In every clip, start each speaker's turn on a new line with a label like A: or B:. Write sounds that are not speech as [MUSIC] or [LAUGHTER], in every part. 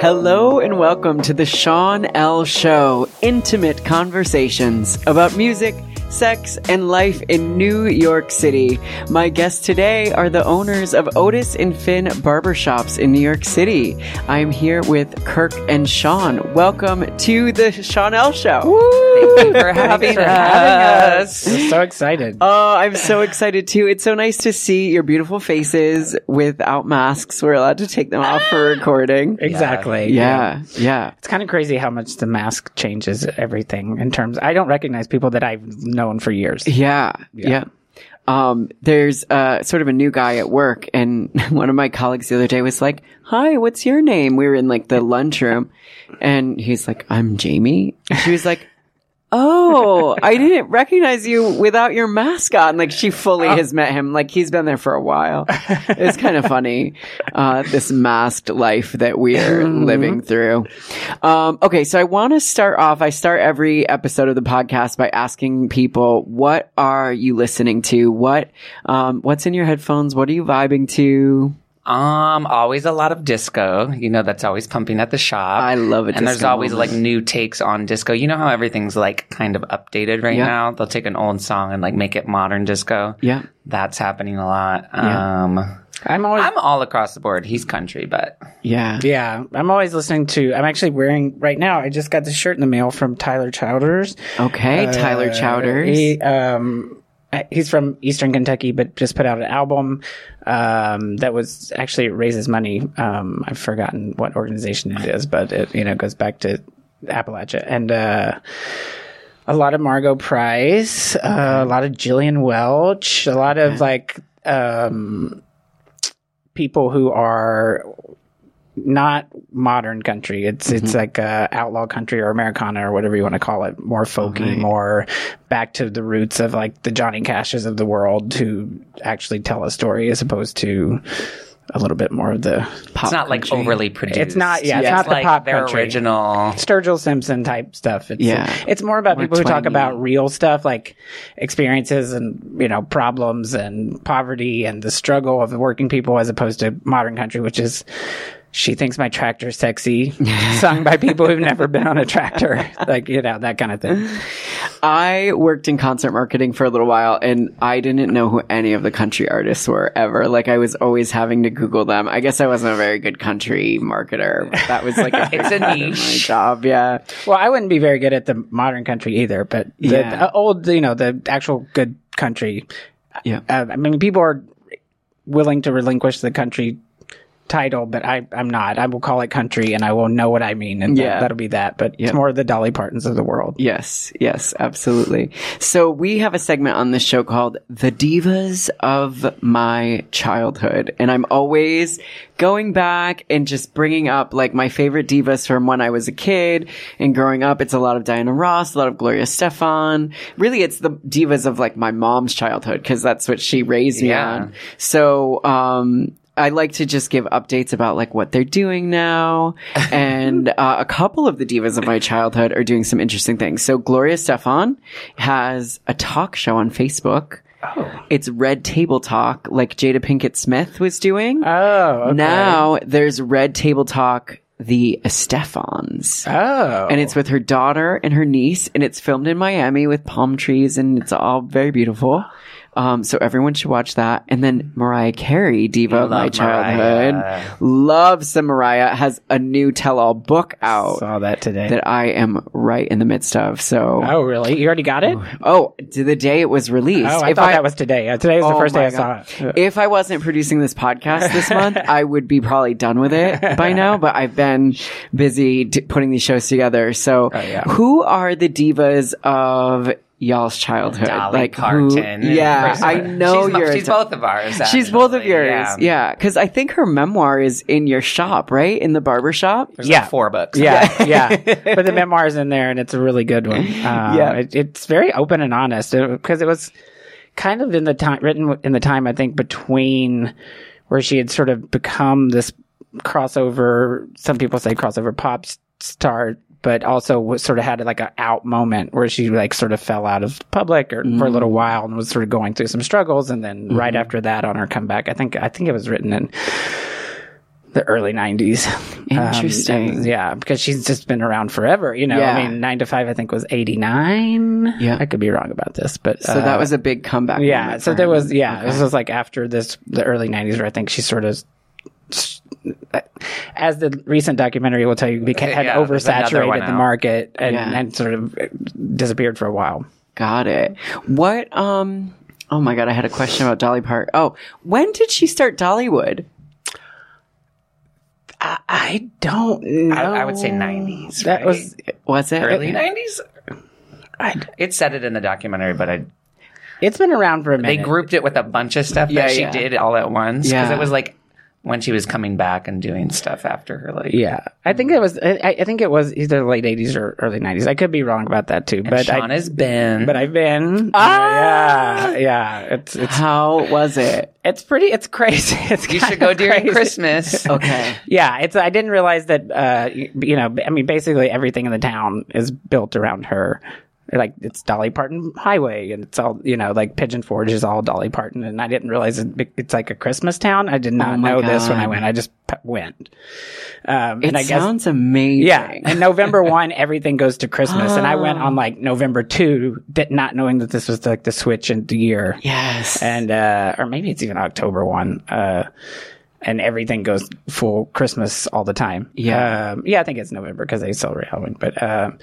A: Hello and welcome to the Sean L. Show intimate conversations about music, sex, and life in New York City. My guests today are the owners of Otis and Finn barbershops in New York City. I'm here with Kirk and Sean. Welcome to the Sean L. Show.
B: Thank you for having,
C: for
B: us.
C: having us. I'm so excited.
A: Oh, I'm so excited too. It's so nice to see your beautiful faces without masks. We're allowed to take them off for recording.
C: exactly.
A: Yeah. Yeah.
C: It's kind of crazy how much the mask changes everything in terms. I don't recognize people that I've known
A: [LAUGHS]
C: for years.
A: Yeah. Yeah. Um, there's uh, sort of a new guy at work, and [LAUGHS] one of my colleagues the other day was like, "Hi, what's your name?" We were in like the lunchroom, and he's like, "I'm Jamie." And she was like, "Oh, I didn't recognize you without your mask on." Like she fully has met him. Like he's been there for a while. It's kind of funny, uh, this masked life that we're living through. Um, okay, so I want to start off. I start every episode of the podcast by asking people, "What are you listening to? What, um, what's in your headphones? What are you vibing to?"
B: Um, always a lot of disco. You know, that's always pumping at the shop.
A: I love it.
B: And there's always like new takes on disco. You know how everything's like kind of updated right
A: Yeah.
B: now? They'll take an old song and like make it modern disco.
A: yeah,
B: That's happening a lot.
A: Yeah.
B: Um,
C: I'm always
B: I'm all across the board. He's country, but
A: yeah,
C: yeah. I'm always listening to. I'm actually wearing right now. I just got this shirt in the mail from Tyler Chowders.
A: okay. Tyler
C: Uh,
A: Chowders.
C: He, um, he's from Eastern Kentucky, but just put out an album um, that was actually it raises money. Um, I've forgotten what organization it is, but it you know goes back to Appalachia and. Uh, a lot of Margot Price, uh, a lot of Gillian Welch, a lot of like um, people who are not modern country. It's it's like uh, outlaw country or Americana or whatever you want to call it. More folky, more back to the roots of like the Johnny Cashes of the world who actually tell a story as opposed to a little bit more of the
B: it's not like overly produced.
C: It's not- yeah, it's not the
B: like
C: pop
B: their
C: country.
B: original.
C: Sturgill Simpson type stuff. It's,
A: Yeah.
C: it's more about
A: More
C: people who talk
A: twangy.
C: about real stuff like experiences and you know problems and poverty and the struggle of the working people, as opposed to modern country, which is she thinks my tractor's sexy, sung by people who've never been on a tractor, like you know that kind of thing.
A: I worked in concert marketing for a little while and I didn't know who any of the country artists were ever. Like I was always having to Google them. I guess I wasn't a very good country marketer. but That was like a,
B: [LAUGHS] It's a
A: my
B: niche.
A: job. Yeah.
C: Well, I wouldn't be very good at the modern country either, but the,
A: Yeah.
C: the old, you know, the actual good country.
A: Yeah.
C: Uh, I mean, people are willing to relinquish the country title, but I, I'm not. I will call it country, and I will know what I mean, and
A: Yeah.
C: that, that'll be that. But
A: Yeah.
C: it's more of the Dolly Partons of the world.
A: Yes, yes, absolutely. So we have a segment on this show called The Divas of My Childhood. And I'm always going back and just bringing up like my favorite divas from when I was a kid and growing up. It's a lot of Diana Ross, a lot of Gloria Stefan. Really, it's the divas of like my mom's childhood because that's what she raised me
B: Yeah.
A: on. So, um, I like to just give updates about like what they're doing
C: [LAUGHS]
A: now. And uh, a couple of the divas of my childhood are doing some interesting things. So Gloria Stefan has a talk show on Facebook. Oh. It's Red Table Talk, like Jada Pinkett Smith was doing.
C: Oh, okay.
A: Now there's Red Table Talk, the Estefans.
C: Oh,
A: And it's with her daughter and her niece, and it's filmed in Miami with palm trees, and it's all very
C: [GASPS]
A: beautiful. Um, so everyone should watch that. And then Mariah Carey, diva of my
B: Love
A: childhood,
B: Mariah.
A: loves some Mariah. Has a new tell-all book out
C: saw that today.
A: that I am right in the midst of. So
C: oh, really? You already got it? Oh,
A: oh, to the day it was released.
C: I
A: If
C: thought that was today. Uh, Today is the
A: Oh
C: first day
A: my
C: I
A: God.
C: saw it.
A: If I wasn't producing this podcast this
C: [LAUGHS]
A: month, I would be probably done with it by now, but I've been busy d- putting these shows together. So,
C: Oh, yeah.
A: who are the divas of y'all's childhood?
B: Dolly
A: who-
B: Parton.
A: yeah,
B: First-
A: I know
B: she's, mo-
A: you're. a
B: She's
A: do-
B: both of ours.
A: She's both of
B: actually.
A: yours.
B: Yeah.
A: Yeah. Because I think her memoir is in your shop, right? In the barber shop.
B: There's like
C: Yeah.
B: four books.
A: [LAUGHS]
C: Yeah, yeah. But the memoir's in there, and it's a really good one. Um,
A: Yeah.
C: it, it's very open and honest because it, was kind of in the time written in the time I think between where she had sort of become this crossover. Some people say crossover pop s- star. But also was sort of had like a out moment where she like sort of fell out of public or for a
A: Mm.
C: little while and was sort of
A: Mm-hmm.
C: going through some struggles and then right after that on her comeback I think I think it was written in the early 90s. Um,
A: Interesting.
C: and- yeah, because she's just been around forever. You know, I
A: Yeah.
C: mean, 9 to 5, I think, was 89.
A: Yeah.
C: I could be wrong about this, but. uh,
A: So that was a big comeback.
C: Yeah.
A: moment
C: So
A: for
C: there
A: her.
C: was, yeah, this was like after this, the early 90s, where I think she sort of. As the recent documentary will tell you, became, had
B: Yeah, there's another one
C: oversaturated the
B: out.
C: market and,
A: Yeah.
C: and sort of disappeared for a while.
A: Got it. What? Um. Oh my god, I had a question about Dolly Parton. Oh, when did she start Dollywood?
C: I don't know.
B: I, I would say 90s.
C: That
B: right?
C: was
A: Was it [LAUGHS]
B: early 90s.
C: I-
B: It said it in the documentary, but I,
C: It's been around for a
B: they
C: minute.
B: grouped it with a bunch of stuff
A: Yeah,
B: that she
A: yeah.
B: did all at once because
A: Yeah.
B: it was like when she was coming back and doing stuff after her. Like,
C: yeah, I think it was. I, I think it was either late '80s or early '90s. I could be wrong about that too.
B: but
C: But
B: Sean
C: I,
B: has been.
C: but I've been. uh,
A: Ah!
C: yeah, yeah. It's it's
A: How was it?
C: it's pretty. It's crazy. [LAUGHS] It's
B: you
C: kind
B: should go
C: of
B: during
C: crazy.
B: Christmas.
A: Okay.
C: Yeah, it's. I didn't realize that. Uh, you, you know, I mean, basically everything in the town is built around her. Like it's Dolly Parton Highway, and it's all you know. Like Pigeon Forge is all Dolly Parton, and I didn't realize it, it's like a Christmas town. I did not
A: Oh my
C: know this when I
A: God.
C: went. I just p- went. Um,
A: It
C: and I guess
A: sounds amazing.
C: Yeah,
A: [LAUGHS]
C: and November one, everything goes to Christmas, and I went
A: Oh.
C: on like November two, that not knowing that this was like the switch in the year,
A: Yes.
C: and uh, or maybe it's even October one, uh, and everything goes full Christmas all the time.
A: Yeah.
C: um, yeah, I think it's November because they celebrate Halloween, but um,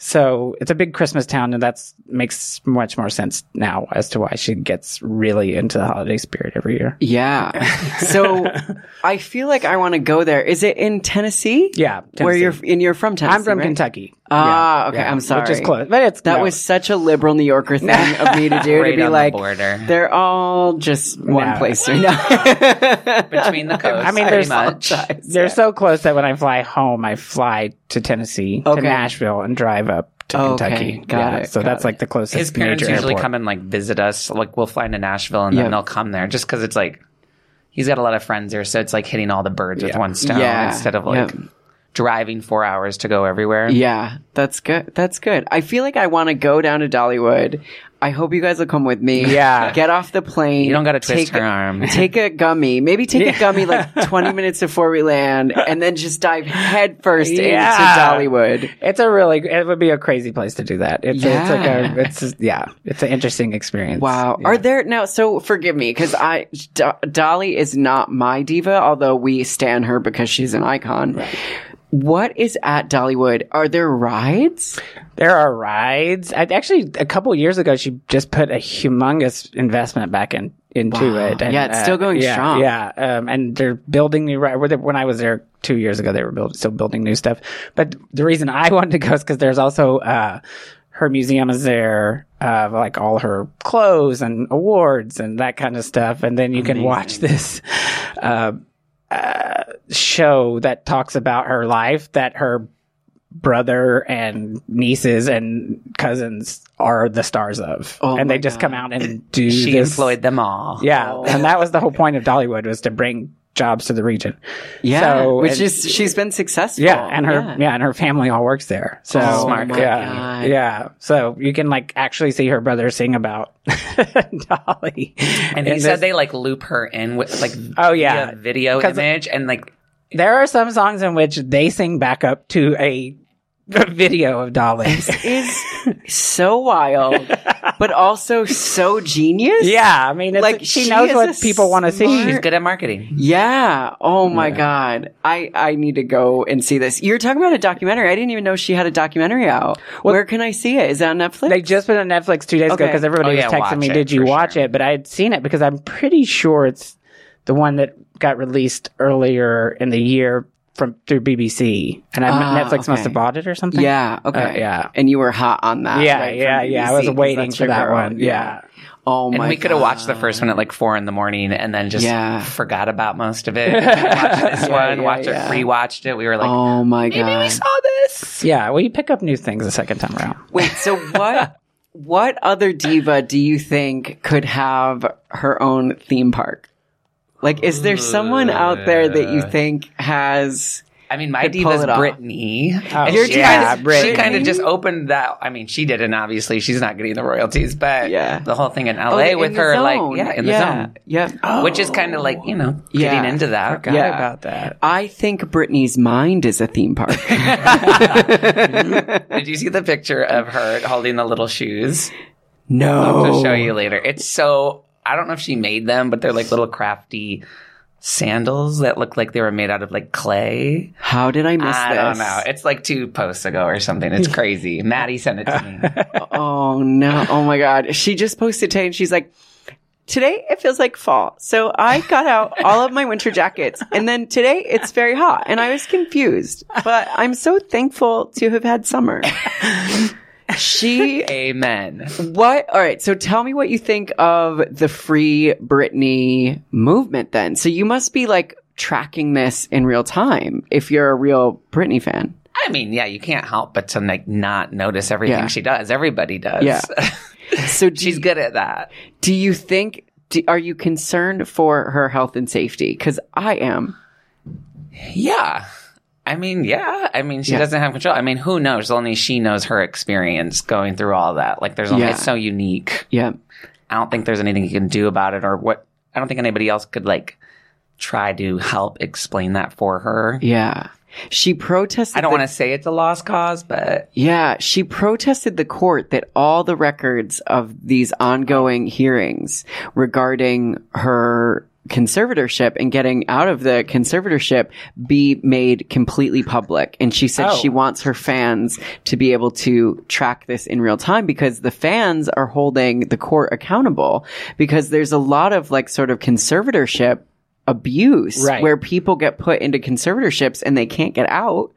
C: so it's a big Christmas town, and that's makes much more sense now as to why she gets really into the holiday spirit every year.
A: [LAUGHS] yeah. So
C: [LAUGHS]
A: I feel like I want to go there. Is it in Tennessee?
C: Yeah,
A: Where
C: Tennessee.
A: you're and you're from Tennessee?
C: I'm from
A: right?
C: Kentucky.
A: Ah,
C: Yeah,
A: okay.
C: yeah,
A: I'm sorry.
C: Which is close, but it's
A: That
C: no.
A: was such a liberal New Yorker thing of me
C: [LAUGHS]
A: to do
B: Right
A: to be
B: on the
A: like
B: border.
A: they're all just one
C: No.
A: place or another.
C: [LAUGHS]
A: [LAUGHS]
B: between the coasts.
C: I mean,
B: pretty
C: there's-
B: much.
C: They're so close that when I fly home, I fly to Tennessee,
A: Okay.
C: to Nashville, and drive up to
A: Okay,
C: Kentucky.
A: got it,
C: So
A: got
C: that's
A: it.
C: like the closest.
B: His parents
C: major
B: usually
C: airport.
B: come and like visit us. Like we'll fly to Nashville and
A: Yeah.
B: then they'll come there just because it's like he's got a lot of friends there, so it's like hitting all the birds with one stone
A: Yeah.
B: instead of like
A: Yeah.
B: driving four hours to go everywhere.
A: Yeah, that's good. That's good. I feel like I want to go down to Dollywood. I hope you guys will come with me.
C: Yeah.
A: Get off the plane.
B: You don't got to twist
A: Take
B: her
A: a-
B: arm.
A: [LAUGHS] Take a gummy, maybe take a gummy like 20 minutes before we land, and then just dive headfirst
C: Yeah.
A: into Dollywood.
C: It's a really. It would be a crazy place to do that. It's, it's like
A: Yeah.
C: a. It's just- yeah. It's an interesting experience.
A: Wow.
C: Yeah.
A: Are there now? So forgive me because I Do- Dolly is not my diva, although we stan her because she's an icon. What is at Dollywood? Are there rides?
C: There are rides. I, actually, a couple years ago, she just put a humongous investment back in into
A: Wow.
C: it. And, uh,
A: Yeah, it's still going
C: yeah,
A: strong.
C: Yeah, um, and they're building new rides. When I was there two years ago, they were build, still building new stuff. But the reason I [LAUGHS] wanted to go is because there's also uh, her museum is there, uh, like all her clothes and awards and that kind of stuff. And then you can watch this. Uh, uh, show that talks about her life that her brother and nieces and cousins are the stars of,
A: Oh
C: and they
A: my
C: just come out and do
B: She
C: this.
B: employed them all.
C: yeah,
A: Oh.
C: and that was the whole point of Dollywood was to bring jobs to the region.
A: Yeah,
C: So,
A: which
C: and-
A: is she's been successful.
C: Yeah, and her yeah. and her family all works there. So
B: Oh Smart. my
C: Yeah,
A: God.
C: yeah. So you can like actually see her brother sing about [LAUGHS] Dolly,
B: And he said they like loop her in with like
C: Oh, yeah.
B: via video
C: 'Cause-
B: image and like
C: there are some songs in which they sing back up to a [LAUGHS] video of
A: [LAUGHS]
C: Dolly.
A: is so wild, but also so genius.
C: Yeah, I mean, it's
A: Like,
C: she,
A: she
C: knows
A: is
C: what
A: a
C: people want to see.
B: she's good at marketing.
A: Yeah. Oh my God. I, I need to go and see this. You're talking about a documentary. I didn't even know she had a documentary out. Where can I see it? Is that on Netflix?
C: They just put it on Netflix two days ago
A: Okay.
C: because everybody
B: Oh,
C: was
B: yeah,
C: texting
B: watch
C: me,
B: it,
C: "Did you
B: for
C: watch
B: sure.
C: it?" But I had seen it because I'm pretty sure it's the one that got released earlier in the year from through BBC, and I,
A: Ah,
C: Netflix must
A: okay.
C: have bought it or something.
A: yeah. Okay.
C: Uh, yeah.
A: And you were hot on that.
C: Yeah,
A: right, from
C: yeah, yeah. I was
A: BBC, 'cause
C: waiting
A: that's
C: for
A: your
C: that
A: girl.
C: one. Yeah.
A: Oh my
B: and we could have watched the first one at like four in the morning and then just
A: Yeah.
B: forgot about most
A: [LAUGHS]
B: of it. watched this one,
A: yeah,
B: watched
A: yeah.
B: it, rewatched it. We were like,
A: Oh my God.
B: maybe we saw this.
C: yeah. Well, you pick up new things the second time around.
A: Wait, so
B: [LAUGHS]
A: what what other diva do you think could have her own theme park? Like is there someone out there that you think has
B: I mean, my
A: Could pull
B: diva's
A: it off.
B: Brittany.
C: Oh,
B: and
A: Your
B: she
A: diva's
B: kind of,
C: Britney.
B: She kind of just opened that. I mean, she didn't, obviously. She's not getting the royalties, but
A: Yeah.
B: the whole thing in
A: Oh,
B: LA
A: in
B: with
A: the
B: her,
A: zone.
B: like, yeah, in the zone.
A: Yeah.
B: Which is kind of like, you know,
A: Yeah.
B: getting into that.
C: Forgot
A: Yeah.
C: about that.
A: I think Brittany's mind is a theme
B: [LAUGHS]
A: park.
B: Did you see the picture of her holding the little shoes?
A: no.
B: I'll show you later. It's so I don't know if she made them, but they're like little crafty sandals that look like they were made out of like clay.
A: How did I miss
B: I
A: this?
B: don't know. It's like two posts ago or something.
A: [LAUGHS]
B: It's crazy. Maddie sent it to me.
A: Oh no. Oh my God. She just posted today and she's like, today it feels like fall. So I got out all of my winter jackets and then today it's very hot and I was confused, but I'm so thankful to have had summer. She,
B: Amen.
A: what? All right. So tell me what you think of the free Britney movement then. So you must be like tracking this in real time if you're a real Britney fan.
B: I mean, yeah, you can't help but to like not notice everything
A: Yeah.
B: she does. Everybody does.
A: Yeah. So do
B: [LAUGHS] She's good at that.
A: Do you think? Do, are you concerned for her health and safety? Because I am.
B: Yeah. I mean, yeah. I mean, she doesn't have control. I mean, who knows? Only she knows her experience going through all that. Like, there's only,
A: Yeah.
B: it's so unique.
A: Yeah.
B: I don't think there's anything you can do about it or what I don't think anybody else could like try to help explain that for her.
A: Yeah. She protested.
B: I don't
A: the-
B: want to say it's a lost cause, but
A: Yeah. She protested the court that all the records of these ongoing hearings regarding her conservatorship and getting out of the conservatorship be made completely public. And she said
C: Oh.
A: she wants her fans to be able to track this in real time because the fans are holding the court accountable because there's a lot of like sort of conservatorship abuse
C: Right.
A: where people get put into conservatorships and they can't get out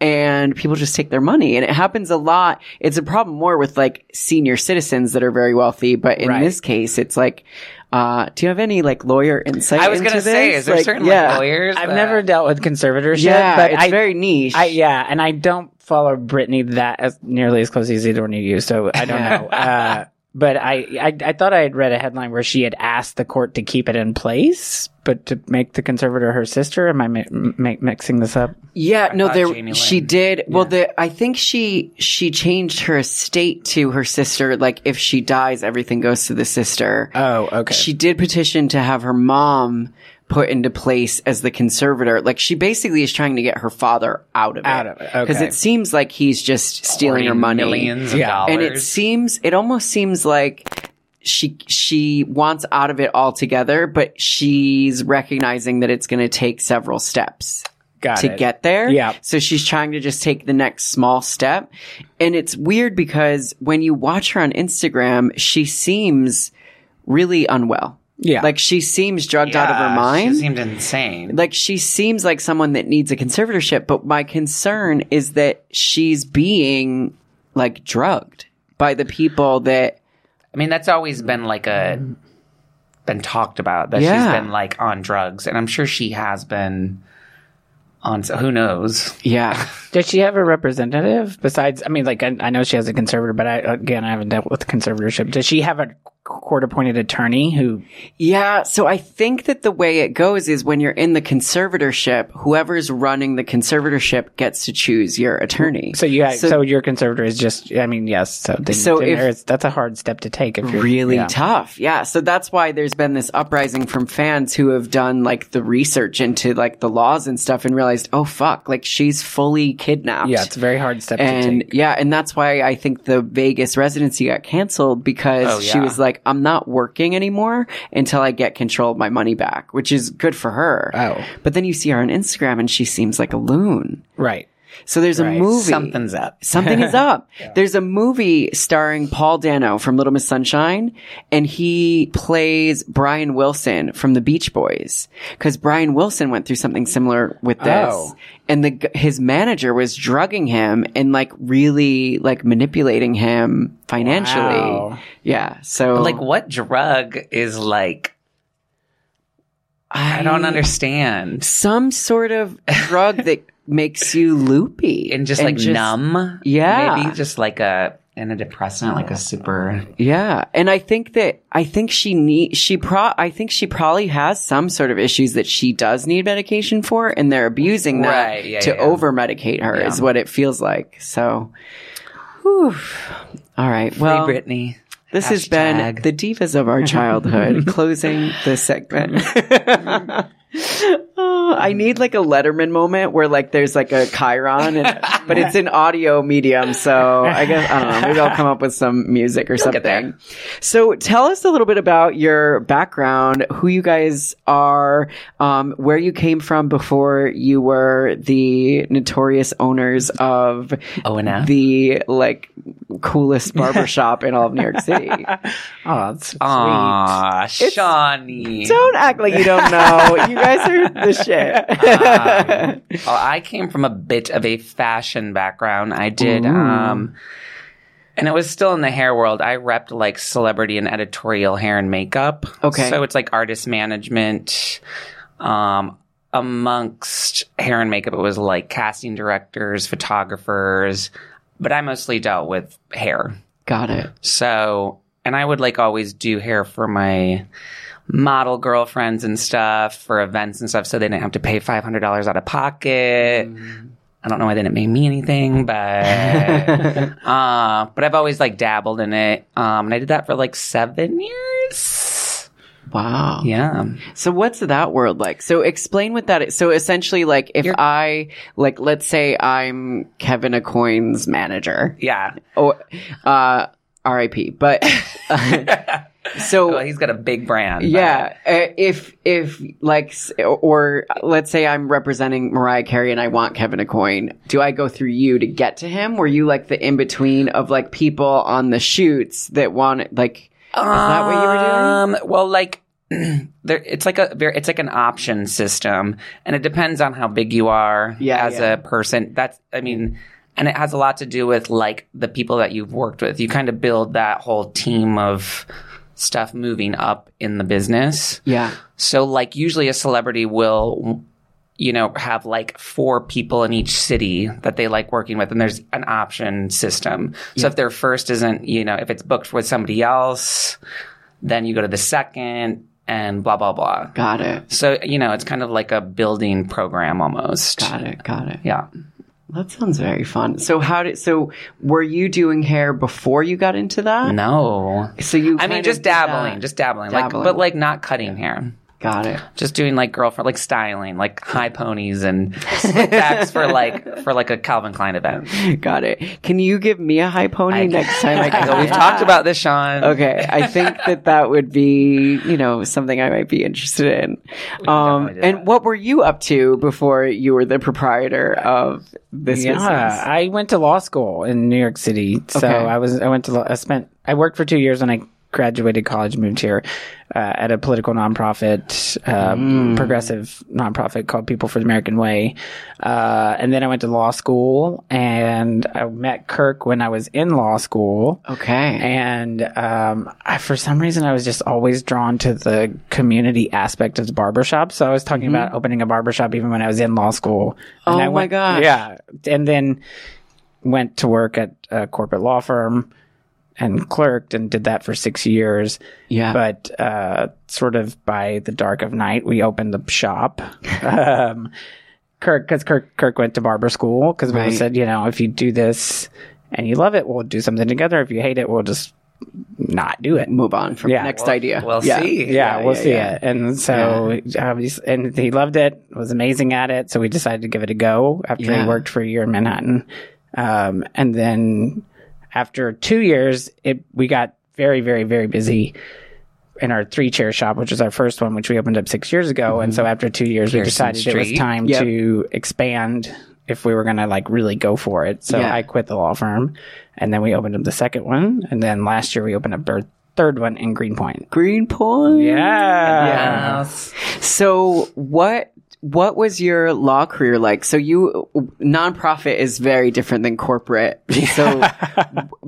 A: and people just take their money and it happens a lot it's a problem more with like senior citizens that are very wealthy but in
C: Right.
A: this case it's like uh, do you have any like lawyer insight
B: I was
A: going to
B: say, is there certain like, lawyers?
C: I've
B: that-
C: never dealt with conservatorship,
A: yeah
C: but
A: it's
C: I,
A: very niche
C: I yeah, and I don't follow Britney that as nearly as closely as either one of you, so I don't
A: [LAUGHS]
C: know. Uh, but I, I I thought I had read a headline where she had asked the court to keep it in place, but to make the conservator her sister. Am I mi- mi- mixing this up?
A: Yeah, no,
B: thought
A: there
B: Jamie Lynn.
A: she did. Well, the I think she she changed her estate to her sister. Like if she dies, everything goes to the sister.
C: Oh, okay.
A: She did petition to have her mom put into place as the conservator. Like she basically is trying to get her father out of it.
C: Out of it, okay.
A: Because it seems like he's just stealing her money.
B: millions of
C: Yeah.
B: dollars.
A: And it seems it almost seems like she she wants out of it altogether, but she's recognizing that it's gonna take several steps
C: Got
A: to
C: it.
A: get there.
C: Yeah.
A: So she's trying to just take the next small step. And it's weird because when you watch her on Instagram, she seems really unwell.
C: yeah,
A: Like she seems drugged out of
B: Yeah,
A: her
B: She
A: mind.
B: seemed insane.
A: like she seems like someone that needs a conservatorship, but my concern is that she's being like drugged by the people that
B: I mean, that's always been like a been talked about that
A: Yeah.
B: she's been like on drugs, and I'm sure she has been on. So who knows?
A: yeah.
C: Does she have a representative besides? I mean, like I, I know she has a conservator, but I again I haven't dealt with conservatorship. Does she have a court-appointed attorney who?
A: Yeah, so I think that the way it goes is when you're in the conservatorship, whoever's running the conservatorship gets to choose your attorney.
C: So you, so,
A: So-
C: so your conservator is just. I mean, yes. So then,
A: So
C: then
A: if-
C: there's- that's a hard step to take. If you're
A: really
C: yeah.
A: tough. Yeah. So that's why there's been this uprising from fans who have done like the research into like the laws and stuff and realized, oh fuck, like she's fully kidnapped.
C: Yeah, it's a very hard step to
A: and
C: take.
A: yeah, and that's why I think the Vegas residency got canceled because
B: Oh,
A: she
B: yeah.
A: was like, I'm not working anymore until I get control of my money back, which is good for her.
C: Oh.
A: But then you see her on Instagram and she seems like a loon.
C: Right.
A: So there's a movie.
B: Something's up.
A: [LAUGHS] Something is
B: [LAUGHS]
A: up. There's a movie starring Paul Dano from Little Miss Sunshine, and he plays Brian Wilson from the Beach Boys. Because Brian Wilson went through something similar with this,
C: Oh.
A: and the g- his manager was drugging him and like really like manipulating him financially.
C: Wow.
A: Yeah, so
B: Like, what drug is like? I don't understand.
A: Some sort of
B: [LAUGHS]
A: drug that makes you loopy
B: And just like numb.
A: Yeah.
B: Maybe just like a antidepressant, like a super.
A: Yeah, and I think that I think she need she pro I think she probably has some sort of issues that she does need medication for, and they're abusing that
B: Right, yeah,
A: to
B: yeah, yeah.
A: over medicate her is what it feels like. So, whew. all right, well,
B: hey, Brittany.
A: this has been
B: Hashtag.
A: the divas of our
B: [LAUGHS]
A: childhood closing this segment. [LAUGHS] Oh, I need like a Letterman moment where like there's like a Chiron,
B: [LAUGHS]
A: and, but it's an audio medium. So I guess I don't know. Maybe I'll come up with some music or
B: get
A: something. So tell us a little bit about your background, who you guys are, um, where you came from before you were the notorious owners of
B: O and F.
A: the like coolest
B: [LAUGHS]
A: barbershop in all of New York City.
C: Oh, that's sweet.
B: Aw, Shawnee.
A: Don't act like you don't know. You guys are the
B: [LAUGHS]
A: shit.
B: Um, well, I came from a bit of a fashion background. I did, um, and it was still in the hair world. I repped like celebrity and editorial hair and makeup.
A: Okay.
B: So it's like artist management. Um, amongst hair and makeup, it was like casting directors, photographers, but I mostly dealt with hair.
A: Got it.
B: So, and I would like always do hair for my model girlfriends and stuff for events and stuff so they didn't have to pay $500 out of pocket.
A: Mm-hmm.
B: I don't know why they didn't pay me anything,
A: [LAUGHS]
B: but uh, but I've always like dabbled in it. Um, and I did that for like seven years.
A: Wow.
B: Yeah,
A: So what's that world like? So explain what that is. So essentially like if I like let's say I'm Kevin Acoin's manager.
B: yeah.
A: Or uh RIP. But [LAUGHS] uh, so
B: [LAUGHS] Well, he's got a big brand. but-
A: yeah, uh, if if like s- or let's say I'm representing Mariah Carey and I want Kevin Acoin, do I go through you to get to him? Were you like the in between of like people on the shoots that want like is that what you were doing?
B: Um, well, like [CLEARS THROAT] there, it's like a ver- it's like an option system, and it depends on how big you are
A: Yeah,
B: as
A: yeah.
B: a person. That's I mean, and it has a lot to do with like the people that you've worked with. You kind of build that whole team of stuff moving up in the business.
A: Yeah.
B: So, like, usually a celebrity will, you know, have like four people in each city that they like working with, and there's an option system. So, if their first isn't, you know, if it's booked with somebody else, then you go to the second, and blah, blah, blah.
A: Got it.
B: So, you know, it's kind of like a building program almost.
A: Got it. Got it.
B: Yeah.
A: That sounds very fun. So how did so were you doing hair before you got into that?
B: No.
A: So you
B: I
A: kind
B: mean,
A: of
B: just
A: did that.
B: dabbling, just dabbling,
A: Dabbling.
B: Like, but like not cutting hair.
A: got it.
B: just doing like girlfriend like styling like high
A: [LAUGHS]
B: ponies and slick backs for like for like a calvin klein event
A: Got it. Can you give me a high pony next time
B: [LAUGHS]
A: I
B: So
A: go? [LAUGHS]
B: we've talked about this sean
A: Okay, I think that that would be, you know, something I might be interested in. Um,
B: definitely do
A: and
B: that.
A: what were you up to before you were the proprietor of this
C: Yeah,
A: business?
C: I went to law school in New York City. So
A: Okay.
C: I was I went to law- I spent I worked for two years when I graduated college, moved here uh, at a political nonprofit, um, progressive nonprofit called People for the American Way, uh, and then I went to law school and I met Kirk when I was in law school.
A: Okay.
C: And um, I, for some reason, I was just always drawn to the community aspect of the barbershop. So I was talking about opening a barbershop even when I was in law school. And
A: Mm-hmm. Oh
C: I
A: my
C: went,
A: gosh.
C: Yeah, and then went to work at a corporate law firm and clerked and did that for six years.
A: Yeah.
C: But uh, sort of by the dark of night, we opened
A: [LAUGHS]
C: the shop. um, Kirk, because Kirk, Kirk went to barber school because we
A: Right.
C: said, you know, if you do this and you love it, we'll do something together. If you hate it, we'll just not do it.
A: Move on from
C: Yeah.
A: next
B: We'll-
A: idea.
B: we'll
A: yeah.
B: see.
C: Yeah,
A: Yeah,
C: we'll
A: yeah,
C: see
A: yeah.
C: it. And so, obviously, and he loved it, was amazing at it. So we decided to give it a go after
A: Yeah.
C: he worked for a year in Manhattan. Um, and then after two years, it, we got very, very, very busy in our three chair shop, which was our first one, which we opened up six years ago. And so after two years, we
B: Pearson
C: decided it was
B: Street.
C: time
A: Yep.
C: to expand if we were going to like really go for it. So
A: Yeah.
C: I quit the law firm and then we opened up the second one. And then last year we opened up our third one in Greenpoint.
A: Green point.
C: Yeah.
B: Yes.
A: So what what was your law career like? So you nonprofit is very different than corporate. So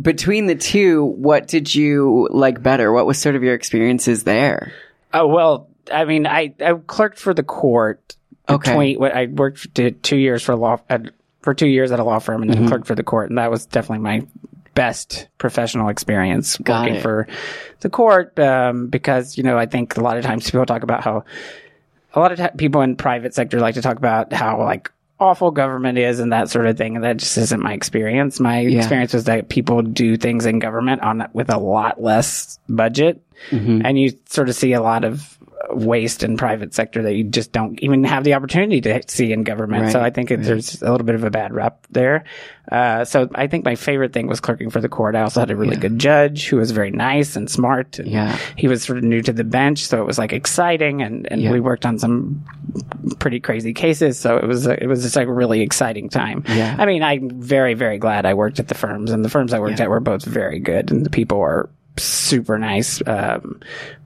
A: between the two, what did you like better? What was sort of your experiences there?
C: Oh well, I mean, I, I clerked for the court.
A: Okay.
C: Between, what- I worked
A: Mm-hmm.
C: for, did two years for a law at, for two years at a law firm, and then clerked for the court, and that was definitely my best professional experience
A: Got
C: working
A: it.
C: for the court um, because you know I think a lot of times people talk about how a lot of t- people in private sector like to talk about how like awful government is and that sort of thing and that just isn't my experience my experience was that people do things in government on with a lot less budget and you sort of see a lot of waste in private sector that you just don't even have the opportunity to see in government so i think it, there's a little bit of a bad rep there uh, so i think my favorite thing was clerking for the court i also had a really good judge who was very nice and smart and
A: Yeah.
C: he was sort of new to the bench, so it was like exciting, and, and we worked on some pretty crazy cases, so it was a, it was just like a really exciting time.
A: Yeah.
C: I mean, I'm very very glad I worked at the firms, and the firms I worked at were both very good, and the people are super nice. Um,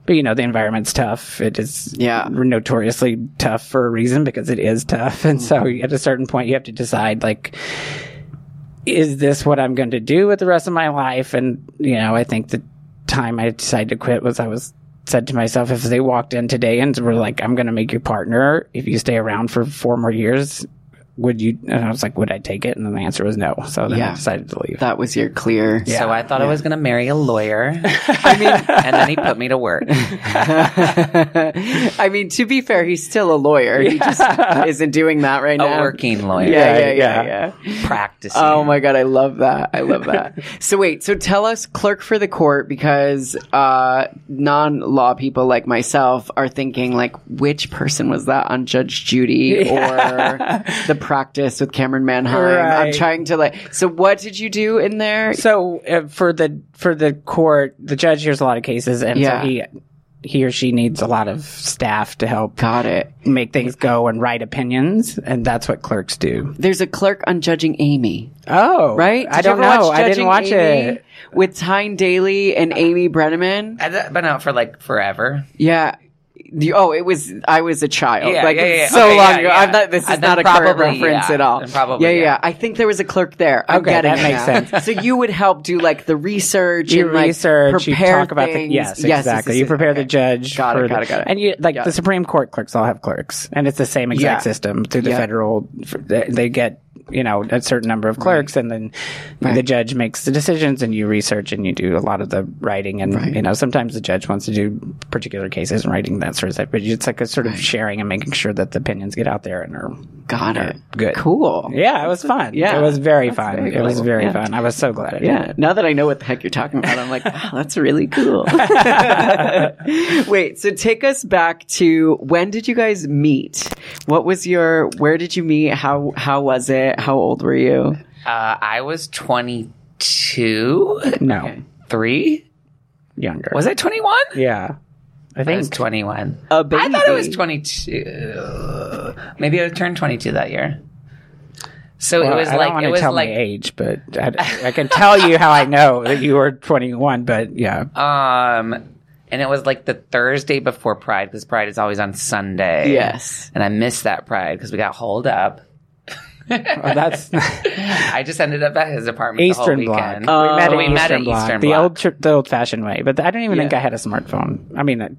C: but you know, the environment's tough. It is
A: Yeah.
C: notoriously tough for a reason because it is tough, and so at a certain point, you have to decide like is this what I'm going to do with the rest of my life? And, you know, I think the time I decided to quit was I was said to myself, if they walked in today and were like, I'm going to make you partner if you stay around for four more years, would you? And I was like, would I take it? And then the answer was no. So then I
A: Yeah.
C: decided to leave.
A: That was your clear.
B: So I thought I was going to marry a lawyer. I mean, and then he put me to work.
A: [LAUGHS] I mean, to be fair, he's still a lawyer. He
B: [LAUGHS]
A: just [LAUGHS] isn't doing that right
B: A
A: now.
B: working lawyer.
A: Yeah, yeah,
C: Yeah,
A: yeah, yeah.
B: Practicing.
A: Oh my god, I love that. I love
B: [LAUGHS]
A: that. so wait, so tell us clerk for the court because uh non-law people like myself are thinking like which person was that on Judge
B: [LAUGHS]
A: Judy or The Practice with Cameron Manheim. I'm
C: Right.
A: trying to like So what did you do in there?
C: So uh, for the for the court, the judge hears a lot of cases, and
A: Yeah.
C: so he he or she needs a lot of staff to help
A: Got it.
C: make things go and write opinions, and that's what clerks do.
A: There's a clerk on judging Amy,
C: Oh,
A: right? Did
C: I
A: you
C: don't
A: ever
C: know. I didn't
A: Judging
C: watch
A: Amy
C: it.
A: with Tyne Daly and Amy Brenneman.
B: I've been out for like forever.
A: Yeah. The- oh, it was. I was a child.
B: Yeah,
A: like
B: yeah,
A: it's
B: yeah.
A: so
B: Okay,
A: long
B: yeah,
A: ago.
B: yeah.
A: I'm not. This
B: Uh,
A: is
B: then
A: not a current
B: probably,
A: reference
B: yeah.
A: at all.
B: Then probably,
A: Yeah, yeah,
B: yeah.
A: yeah. I think there was a clerk there. I'm
C: Okay,
A: getting
C: that
A: it
C: makes
A: now.
C: sense.
A: so you would help do like the research.
C: You
A: and, like,
C: research. You
A: Prepare
C: talk about the
A: things.
C: yes,
A: yes, yes,
C: exactly.
A: yes,
C: you
A: yes.
C: prepare the
A: Okay.
C: judge.
A: Got it,
C: for the-
A: got it, got it.
C: And you like
A: Yeah.
C: the Supreme Court clerks all have clerks, and it's the same
A: Yeah.
C: exact system through the
A: Yeah.
C: federal. They they get you know a certain number of clerks, and then the judge makes the decisions, and you research and you do a lot of the writing, and you know sometimes the judge wants to do particular cases and writing that sort of stuff. But it's like a sort of sharing and making sure that the opinions get out there and are
A: Got it.
C: good.
A: Cool.
C: Yeah, it was fun.
A: yeah.
C: it was very
A: That's
C: fun.
A: very
C: it was
A: cool.
C: very
A: Yeah.
C: fun. I was so glad. I did it.
A: Yeah. Now that I know what the heck you're talking about, I'm like, wow, that's really [LAUGHS] cool. Wait. So take us back to when did you guys meet? What was your? Where did you meet? How how was it? How old were you?
B: Uh, I was 22,
C: No,
B: three.
C: younger.
B: Was I 21?
C: Yeah. I
B: I
C: think
B: was 21.
A: A baby.
B: I thought it was 22. Maybe I turned 22 that year. So
C: well,
B: it was
C: I don't
B: like
C: want
B: it
C: to
B: was
C: tell
B: like
C: my age, but I,
B: [LAUGHS]
C: I can tell you how I know that you were 21. But yeah,
B: um, and it was like the Thursday before Pride because Pride is always on Sunday.
A: Yes.
B: and I missed that Pride because we got holed up.
C: Oh, that's
B: [LAUGHS] I just ended up at his apartment
C: Eastern
B: the whole
C: Bloc.
B: weekend.
A: Oh.
C: we met,
B: But
C: at,
B: we
C: Eastern
B: met at
C: Bloc,
B: Eastern
C: the
B: Bloc.
C: old tr- the old fashioned way. But I don't even think I had a smartphone. I mean.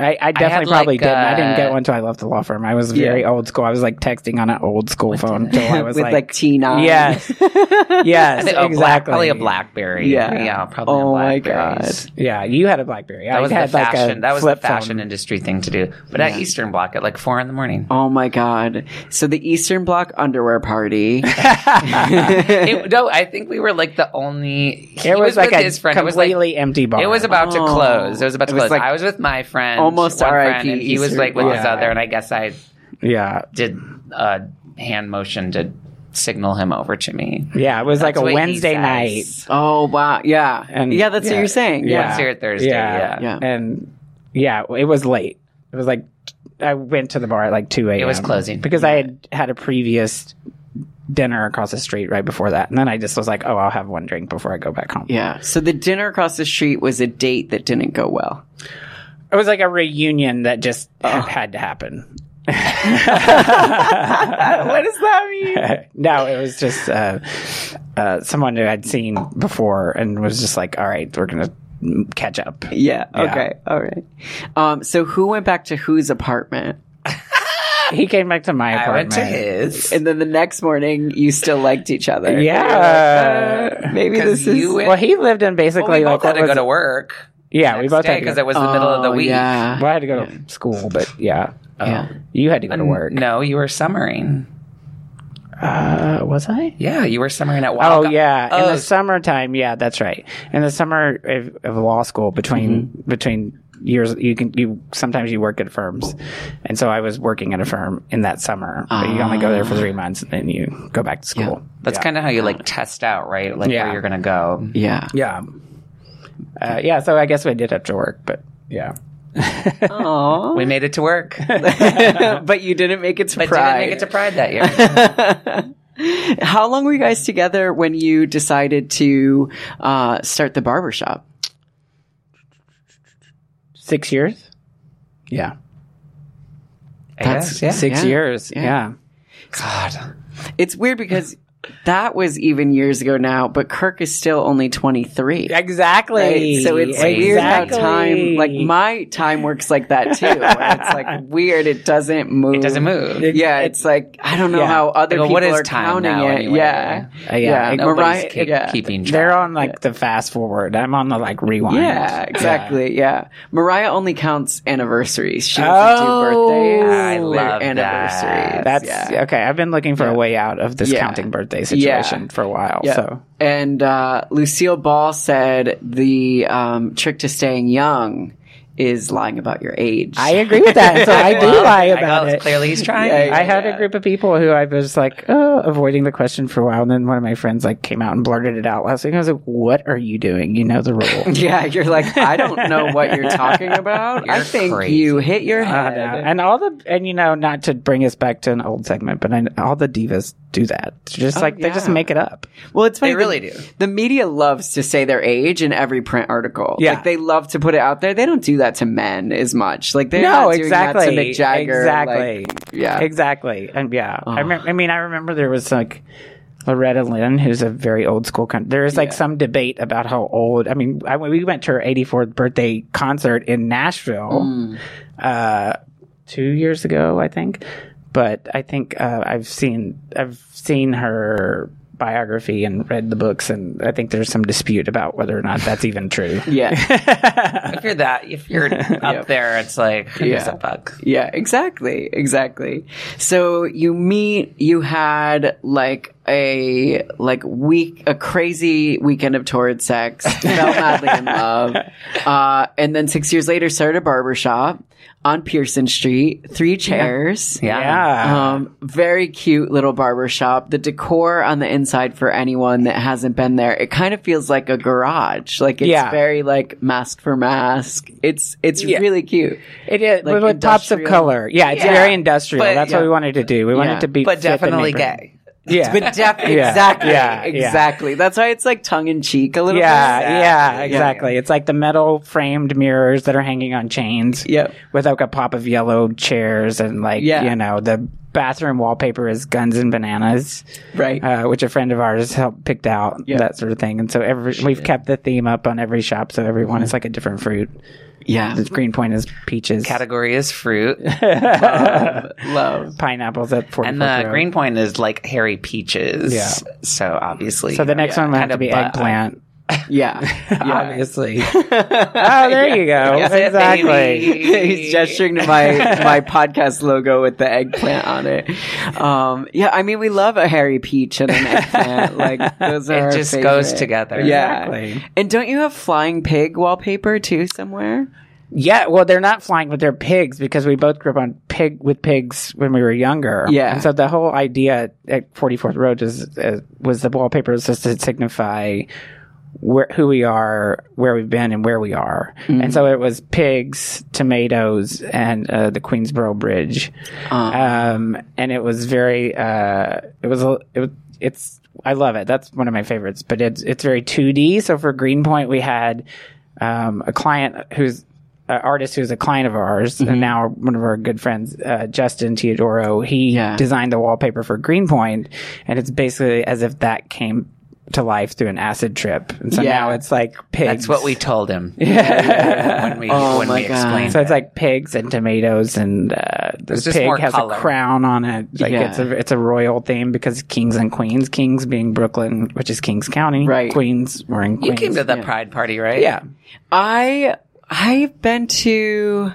C: I, I definitely
B: like,
C: probably didn't. I didn't
B: uh,
C: get one until I left the law firm. I was very old school. I was like texting on an old school phone until I
B: [LAUGHS]
C: was
A: with like, T nine.
C: yes, yes,
B: Oh,
C: exactly.
B: black- probably a BlackBerry.
A: Yeah.
B: yeah, probably.
A: Oh
B: a
A: my
B: Blackberries.
C: Yeah, you had a BlackBerry.
B: That
C: I
B: was
C: had
B: the
C: like
B: fashion.
C: a
B: that was the
C: flip
B: fashion
C: phone.
B: industry thing to do. But at Eastern Block at like four in the morning,
A: Oh my god. So the Eastern Bloc underwear [LAUGHS] party.
C: [LAUGHS]
B: It- no, I think we were like the only. [LAUGHS] He
C: It was, like
B: with
C: a
B: his friend. It was like-
C: completely empty bar.
B: It was about to
A: Oh.
B: close. It was about to
A: It was
B: close.
A: like
B: I was with my friend,
A: almost
B: one
A: RIP
B: friend, and he was
A: Eastern
B: like with his
C: Bloc.
B: other, and I guess I
C: yeah.
B: did a hand motion to signal him over to me.
C: Yeah, it was like a
B: what he
C: Wednesday
B: says.
C: night.
A: Oh wow. Yeah.
C: And-
A: yeah, that's what
C: yeah.
A: you're saying. Yeah.
B: Wednesday or Thursday, yeah.
A: Yeah.
C: And yeah, it was late. It was like I went to the bar at like 2 a.m.
B: It was closing.
C: Because I had had a previous dinner across the street right before that. And then I just was like, oh, I'll have one drink before I go back home.
A: Yeah. So the dinner across the street was a date that didn't go well.
C: It was like a reunion that just had to happen.
A: [LAUGHS]
C: [LAUGHS]
A: What does that mean?
C: no, it was just uh, uh, someone who I'd seen before and was just like, all right, we're going to catch up.
A: yeah. Okay. All right. Um, so who went back to whose apartment?
C: he came back to my
B: I
C: apartment.
B: went to his.
A: And then the next morning, you still liked each other.
C: Yeah.
A: "Uh, Maybe this
B: Because
A: is. [LAUGHS]
B: you went,
C: Well, he lived in basically
B: well, we
C: like
B: both
C: what
B: had to
C: was
B: go to work.
C: yeah, we both had to go.
B: because it was the middle of the
A: Oh,
B: week.
A: Yeah.
C: well, I had to go to school, but yeah, Uh,
A: yeah.
C: you had to go to work.
B: Mm, No, you were summering.
C: Uh, was I?
B: Yeah, you were summering at
C: Oh
B: Waka.
C: yeah, in
B: Oh,
C: the summertime. Yeah, that's right. In the summer of, of law school, between
B: Mm-hmm.
C: between years, you can you sometimes you work at firms, and so I was working at a firm in that summer. But you only go there for
B: Ah.
C: three months, and then you go back to school.
B: that's kind of how you like test out, right? Like
C: Yeah.
B: where you're gonna go.
A: Yeah.
C: Yeah, uh, yeah. So I guess we did have to work, but yeah,
A: Aw.
B: We made it to
C: [LAUGHS]
B: work,
A: [LAUGHS]
B: but
A: but you didn't make it to
B: didn't
A: Pride.
B: make it to Pride that year.
A: How long were you guys together when you decided to uh, start the barber shop?
C: six years. Yeah,
B: [LAUGHS] I guess, yeah.
C: six
A: Yeah.
C: years. yeah.
B: God.
A: It's weird because that was even years ago now, but Kirk is still only 23.
C: Exactly.
A: Right? So it's weird how time, like my time works like that too. where it's
B: [LAUGHS]
A: like weird. It doesn't move.
B: It doesn't move.
A: Yeah, it's like I don't know
C: Yeah.
A: how other
B: Like,
A: people
B: well, what is
A: are
B: time
A: counting
B: now
A: it.
B: anyway?
A: Yeah,
C: Uh, yeah. Like,
B: Nobody's
A: Mariah-
B: keep-
A: yeah.
B: keeping track.
C: They're on like the fast forward. I'm on the like rewind.
A: Yeah, exactly. Yeah. Mariah only counts anniversaries. She doesn't
C: Oh,
A: do birthdays.
B: I
A: or
B: love that.
A: anniversaries.
C: That's
A: yeah.
C: okay. I've been looking for a way out of this
A: Yeah.
C: counting birthday situation
A: Yeah.
C: for a while.
A: Yeah.
C: So
A: And uh, Lucille Ball said the um, trick to staying young is lying about your age.
C: I agree with that. and
A: [LAUGHS]
C: So I do lie
B: I
C: about
B: guess
C: it.
B: Clearly, he's trying.
A: Yeah, yeah.
C: I had a group of people who I was like oh, avoiding the question for a while, and then one of my friends like came out and blurted it out last week. I was like, "What are you doing? You know the rule."
A: yeah, you're like I don't know what
B: [LAUGHS]
A: you're talking about. I
B: You're
A: think
B: crazy.
A: you hit your
C: I
A: head.
C: know. Uh, And all the and you know not to bring us back to an old segment, but I, all the divas do that. It's just like they just
A: yeah.
C: make it up.
A: Well, it's funny.
B: They really
A: the,
B: do.
A: The media loves to say their age in every print article.
C: Yeah.
A: like they love to put it out there. They don't do that to men as much. Like they're
C: no,
A: not doing
C: exactly.
A: that to Mick Jagger.
C: Exactly.
A: like, yeah.
C: Exactly. And yeah, I, remem- I mean, I remember there was like Loretta Lynn, who's a very old school. Con- there was like some debate about how old. I mean, I, we went to her 84th birthday concert in Nashville
A: Mm.
C: uh, two years ago, I think. But I think uh, I've seen I've seen her biography and read the books, and I think there's some dispute about whether or not that's even true.
A: [LAUGHS]
B: [LAUGHS]
A: yeah,
B: If you're that, if you're up there, it's like who gives
A: Yeah.
B: a fuck?
A: yeah, exactly, exactly. So you meet, you had like a like week, a crazy weekend of torrid sex, fell madly in love, uh, and then six years later started a barber shop on Pearson Street, three chairs,
B: Yeah.
C: Yeah.
A: Um, very cute little barber shop. The decor on the inside for anyone that hasn't been there, it kind of feels like a garage. Like it's
C: Yeah.
A: very like mask for mask. It's it's really cute.
C: It is
A: Like
C: with, with pops of
A: industrial.
C: color. Yeah, it's very industrial.
B: But-
C: That's what we wanted to do. We
A: Yeah.
C: wanted to be,
B: But
C: fit the
B: definitely
C: neighborhood.
B: gay.
C: [LAUGHS]
B: [LAUGHS]
C: Yeah,
A: But def-
C: Yeah.
A: exactly,
C: Yeah. Yeah.
A: exactly. That's why it's like tongue in cheek a little
C: yeah,
A: bit.
C: yeah, exactly. It's like the metal framed mirrors that are hanging on chains.
A: Yep.
C: with like a pop of yellow chairs and like
A: Yeah.
C: you know the bathroom wallpaper is guns and bananas.
A: Right.
C: Uh, which a friend of ours helped picked out that sort of thing, and so every we've kept the theme up on every shop, so everyone is like a different fruit.
A: yeah.
C: Greenpoint is peaches,
B: Category is fruit,
A: Love.
C: pineapples at forty.
B: and the green point is like hairy peaches.
C: Yeah.
B: So obviously,
C: So the next one would have
B: Kinda
C: to be
B: butt.
C: eggplant.
A: [LAUGHS] Yeah. yeah. [LAUGHS]
C: obviously. oh, there you go. exactly.
A: He's gesturing to my my [LAUGHS] podcast logo with the eggplant on it. Um, yeah, I mean we love a hairy peach and an [LAUGHS] eggplant. Like those are our
B: it just
A: favorite.
B: goes together.
A: Yeah.
C: Exactly.
A: And don't you have flying pig wallpaper too somewhere?
C: Yeah, well, they're not flying, but they're pigs because we both grew up on pig with pigs when we were younger.
A: Yeah.
C: And so the whole idea at 44th Road is, uh, was the wallpaper was just to signify where who we are, where we've been, and where we are.
A: Mm-hmm.
C: And so it was pigs, tomatoes, and uh, the Queensboro Bridge. Um, and it was very. Uh, it was. a- It was. It's. I love it. That's one of my favorites. But it's it's very 2D. So for Greenpoint, we had um, a client who's an artist who's a client of ours and now one of our good friends, uh, Justin Teodoro. He
A: Yeah.
C: designed the wallpaper for Greenpoint, and it's basically as if that came to life through an acid trip. And so
A: Yeah.
C: now it's like pigs.
B: That's what we told him when we
A: Oh
B: when
A: my
B: we explained.
C: so it's like pigs and tomatoes, and uh, the
B: There's just
C: pig
B: more
C: has
B: color.
C: a crown on it. Like
A: Yeah.
C: it's a it's a royal theme because kings and queens. Kings being Brooklyn, which is Kings County.
A: Right.
C: Queens were in Queens.
B: You came to the pride party, right?
C: yeah.
A: I I've been to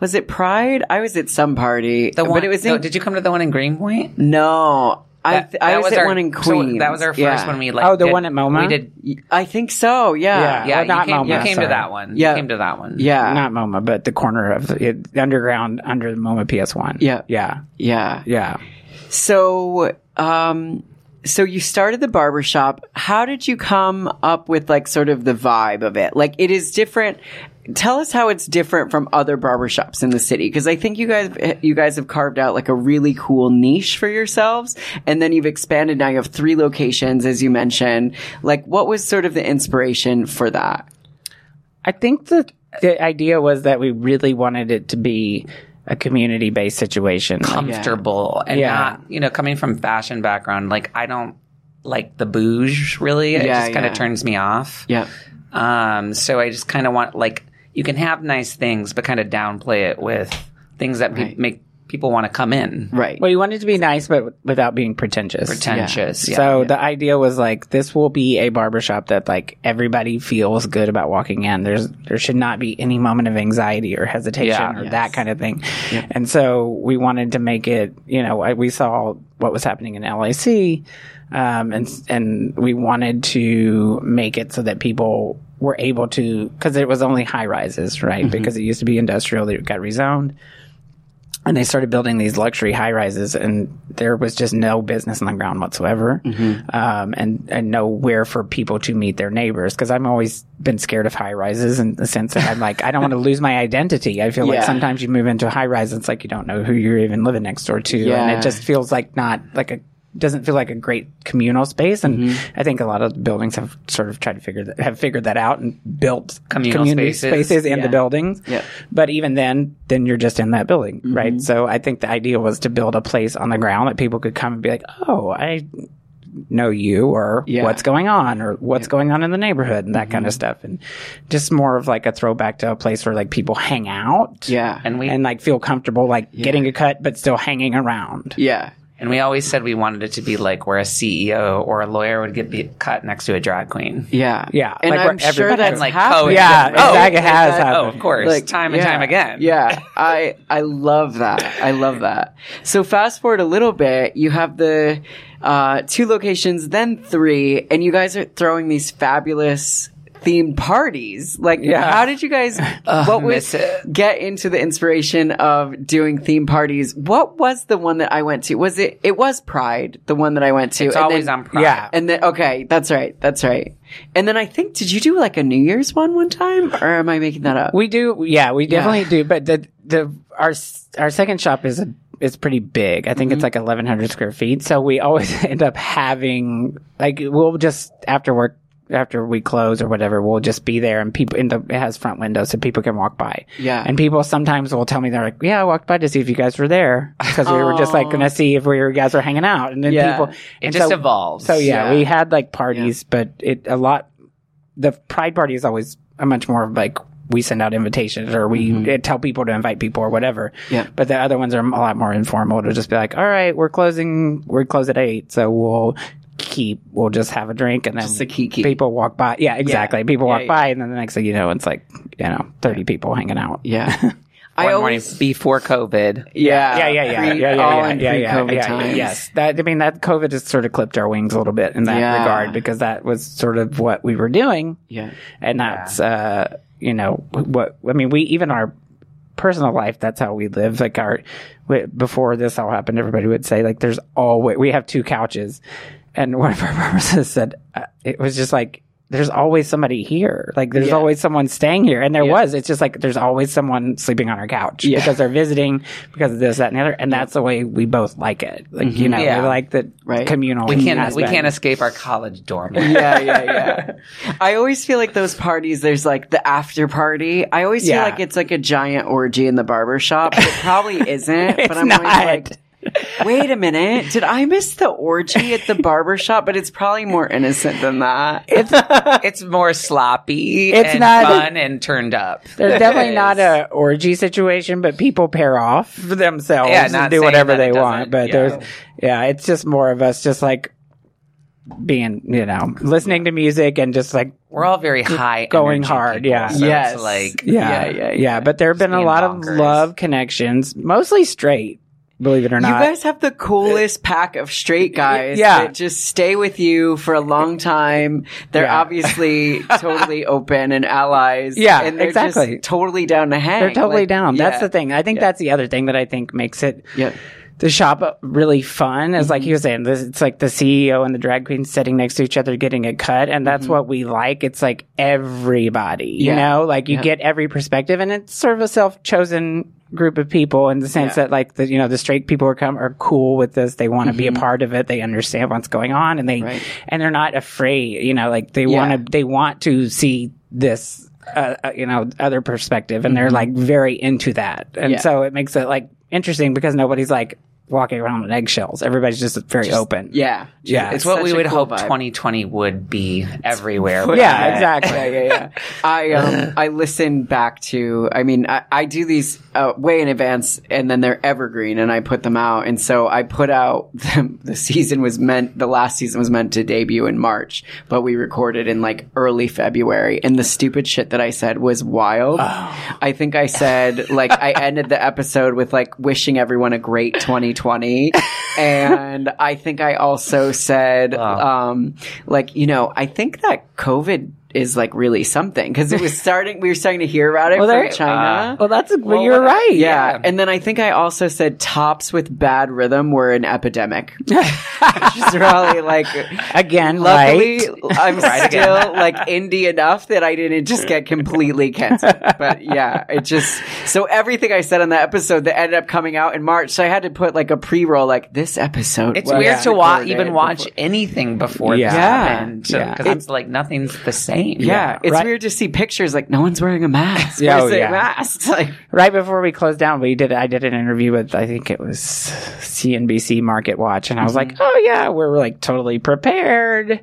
A: was it Pride? I was at some party,
B: The one,
A: but it was in,
B: no, did you come to the one in Greenpoint?
A: no. I
B: That-
A: th- I
B: that
A: was, at
B: our-
A: one in
B: so
A: Queens.
B: that was our first
A: Yeah.
B: one we like.
C: Oh, the
B: did-
C: one at MoMA?
B: We did.
A: I think so. Yeah.
C: Yeah.
B: Yeah,
C: Well,
B: you
C: not
B: came, you
C: MoMA,
B: came to
C: sorry.
B: that one.
A: Yeah.
B: you came to that one.
A: Yeah.
C: not MoMA, but the corner of the it, underground under the MoMA PS1.
A: Yeah.
C: yeah,
A: yeah.
C: yeah.
A: So, um, so you started the barber shop. How did you come up with like sort of the vibe of it? Like it is different. Tell us how it's different from other barbershops in the city because I think you guys you guys have carved out like a really cool niche for yourselves and then you've expanded now you have three locations as you mentioned. Like what was sort of the inspiration for that?
C: I think the the idea was that we really wanted it to be a community based situation. Like,
B: comfortable and
C: Yeah.
B: not you know coming from fashion background like i don't like the bouge really it
A: Yeah,
B: just kind
A: yeah.
B: of turns me off
A: Yeah.
B: um so i just kind of want like you can have nice things but kind of downplay it with things that pe-
A: Right.
B: make people want to come in
A: Right.
C: well, you wanted it to be nice, but without being pretentious.
B: pretentious yeah.
C: So the idea was like this will be a barbershop that like everybody feels good about walking in. There's there should not be any moment of anxiety or hesitation
B: Yeah.
C: or that kind of thing. And so we wanted to make it, you know, I, we saw what was happening in LAC um and s- and we wanted to make it so that people were able to cuz it was only high rises, right?
B: Mm-hmm.
C: Because it used to be industrial, it got rezoned and they started building these luxury high rises, and there was just no business on the ground whatsoever, um, and and nowhere for people to meet their neighbors. Because I've always been scared of high rises in the sense that I'm like, I don't want to lose my identity. I feel
A: Yeah.
C: like sometimes you move into a high rise, and it's like you don't know who you're even living next door to, and
A: Yeah.
C: it just feels like not like a doesn't feel like a great communal space. And I think a lot of buildings have sort of tried to figure that, have figured that out and built
B: Communal
C: community
B: spaces.
C: spaces in the buildings.
A: Yeah.
C: But even then, then you're just in that building, right? So I think the idea was to build a place on the ground that people could come and be like, oh, I know you or
A: Yeah.
C: what's going on or what's going on in the neighborhood and that kind of stuff. And just more of like a throwback to a place where like people hang out
A: Yeah.
B: and we
C: and like feel comfortable like getting a cut, but still hanging around.
A: yeah.
B: and we always said we wanted it to be like where a ceo or a lawyer would get be cut next to a drag queen
A: Yeah.
C: Yeah,
A: And
C: like where
A: I'm sure
C: everybody-
A: that's
B: and like
A: happened.
B: co-
C: Yeah,
B: oh,
C: exactly. It has
B: oh
C: happened.
B: of course time and
A: yeah,
B: time again [LAUGHS]
A: Yeah, I I love that. I love that. So fast forward a little bit, you have the uh, two locations, then three, and you guys are throwing these fabulous themed parties. Like,
C: Yeah.
A: how did you
B: [LAUGHS]
A: guys? what was
B: Oh, miss it.
A: get into the inspiration of doing theme parties? What was the one that I went to? Was it? It was Pride, the one that I went to.
B: it's
A: and
B: always
A: then-
B: on pride
C: Yeah.
A: And then okay, that's right, that's right. And then I think did you do like a New Year's one one time, or am I making that up?
C: We do, yeah, we definitely do. But the the our s- our second shop is a is pretty big. I think it's like eleven hundred square feet. So we always [LAUGHS] end up having like we'll just after work after we close or whatever, we'll just be there and people in the it has front windows so people can walk by.
A: Yeah.
C: and people sometimes will tell me they're like, yeah, I walked by to see if you guys were there because we were just like going to see if we were, you guys were hanging out. And then
A: Yeah.
C: people
B: it
C: and
B: just
C: so-
B: evolves
C: so yeah,
A: Yeah.
C: we had like parties, but it a lot. The pride party is always a much more of like we send out invitations or we uh, tell people to invite people or whatever.
A: Mm-hmm. Yeah.
C: But the other ones are a lot more informal. To just be like, all right, we're closing. We close at eight, so we'll keep. We'll just have a drink and then
A: Just a kiki.
C: people walk by. Yeah, exactly. People
A: Yeah,
C: walk
A: yeah.
C: by, and then the next thing you know, it's like you know, thirty people hanging out. [LAUGHS]
A: Yeah. I
B: One
A: always,
B: morning before COVID.
A: yeah,
C: Yeah, yeah, yeah,
A: Pre-
C: yeah, yeah,
A: all
C: yeah,
A: in
C: yeah, yeah,
A: pre-COVID
C: yeah,
A: times.
C: Yes, that I mean that COVID has sort of clipped our wings a little bit in that
A: Yeah.
C: regard because that was sort of what we were doing,
A: yeah,
C: and that's uh, you know what I mean. We even our personal life that's how we live like our we, before this all happened everybody would say like there's always we have two couches and one of our [LAUGHS] barbers said uh, it was just like there's always somebody here like there's
A: Yeah.
C: always someone staying here and there was it's just like there's always someone sleeping on our couch
A: Yeah.
C: because they're visiting because of this that and the other and that's the way we both like it like you know
B: Yeah.
C: we like the
A: Mm-hmm. Right.
C: communal
B: We can't we
C: aspect. [LAUGHS]
B: can't escape our college dorm.
A: yeah, yeah, yeah. I always feel like those parties. There's like the after party. I always
C: Yeah. [LAUGHS]
A: feel like it's like a giant orgy in the barber shop. It probably isn't,
C: It's
A: but I'm always
C: not.
A: like, Wait a minute. Did I miss the orgy at the barber shop? But it's probably more innocent than that. It's
B: [LAUGHS] it's more sloppy.
C: It's
B: and
C: not-
B: fun and turned up.
C: There's definitely not
B: It is.
C: a orgy situation, but people pair off for themselves
B: Yeah,
C: and
B: not
C: do
B: saying
C: whatever
B: that it
C: they want.
B: doesn't,
C: But
B: yeah.
C: there's, yeah, it's just more of us just like being, you know, listening to music and just like,
B: We're all very high,
C: going
B: energy
C: hard,
B: people,
C: yeah.
B: So
A: Yes.
B: it's like
C: yeah, yeah, yeah. But there have been a
B: being
C: lot of
B: bonkers.
C: love connections, mostly straight, believe it or
A: You
C: not.
A: guys have the coolest pack of straight guys
C: Yeah.
A: that just stay with you for a long time. They're
C: Yeah. [LAUGHS]
A: obviously totally open and allies.
C: Yeah,
A: and they're
C: exactly.
A: Just totally down to hang.
C: They're totally
A: Like,
C: down. That's
A: yeah.
C: the thing. I think that's the other thing that I think makes it
A: Yeah.
C: the shop really fun is
A: Mm-hmm.
C: like he was saying this it's like the ceo and the drag queen sitting next to each other getting a cut and that's what we like it's like everybody
A: Mm-hmm.
C: you
A: Yeah.
C: know like you get every perspective and it's sort of a self-chosen group of people in the sense that like the you know the straight people are come are cool with this they want to be a part of it they understand what's going on and they
A: Mm-hmm. Right.
C: and they're not afraid you know like they
A: Yeah.
C: want to they want to see this uh, uh, you know other perspective and they're like very into that and
A: Mm-hmm. Yeah.
C: so it makes it like interesting because nobody's like walking around on eggshells everybody's just very open
A: Yeah.
C: Yeah.
B: it's what
A: such
B: we
A: a
B: would
A: cool
B: hope
A: vibe.
B: 2020 would be everywhere.
C: yeah exactly
A: yeah, yeah, yeah. I um, I listen back to. I mean, I, I do these uh, way in advance, and then they're evergreen, and I put them out. And so I put out [LAUGHS] the, the season was meant. The last season was meant to debut in March, but we recorded in like early February. And the stupid shit that I said was wild. I think I said like I ended the episode with like wishing everyone a great 2020, and I think I also said um, like you know, I think that COVID is like really something because it
C: [LAUGHS]
A: was starting. We were starting to hear about it
C: Well,
A: from
C: there- uh,
A: China.
C: well that's well, you're right
A: yeah. and then I think I also said tops with bad rhythm were an
C: [LAUGHS]
A: epidemic. Which is really like.
C: again
A: Luckily,
C: right
A: I'm still like indie enough that I didn't just
C: [LAUGHS]
A: get completely canceled. But yeah, it just so everything I said on that episode that ended up coming out in March. So I had to put like a pre-roll, like this episode.
B: It's
A: was
B: weird to wa-
A: recorded
B: even watch
A: before-
B: anything before
C: Yeah.
B: this happened because
C: Yeah.
B: it's like nothing's the same.
A: Yeah, it's
C: Right.
A: weird to see pictures like no one's wearing a mask.
C: Yeah,
A: Yeah,
C: oh, yeah.
A: masks. [LAUGHS] Like,
C: right before we closed down we did i did an interview with i think it was cnbc market watch and i was
A: Mm-hmm.
C: like oh yeah we're like totally prepared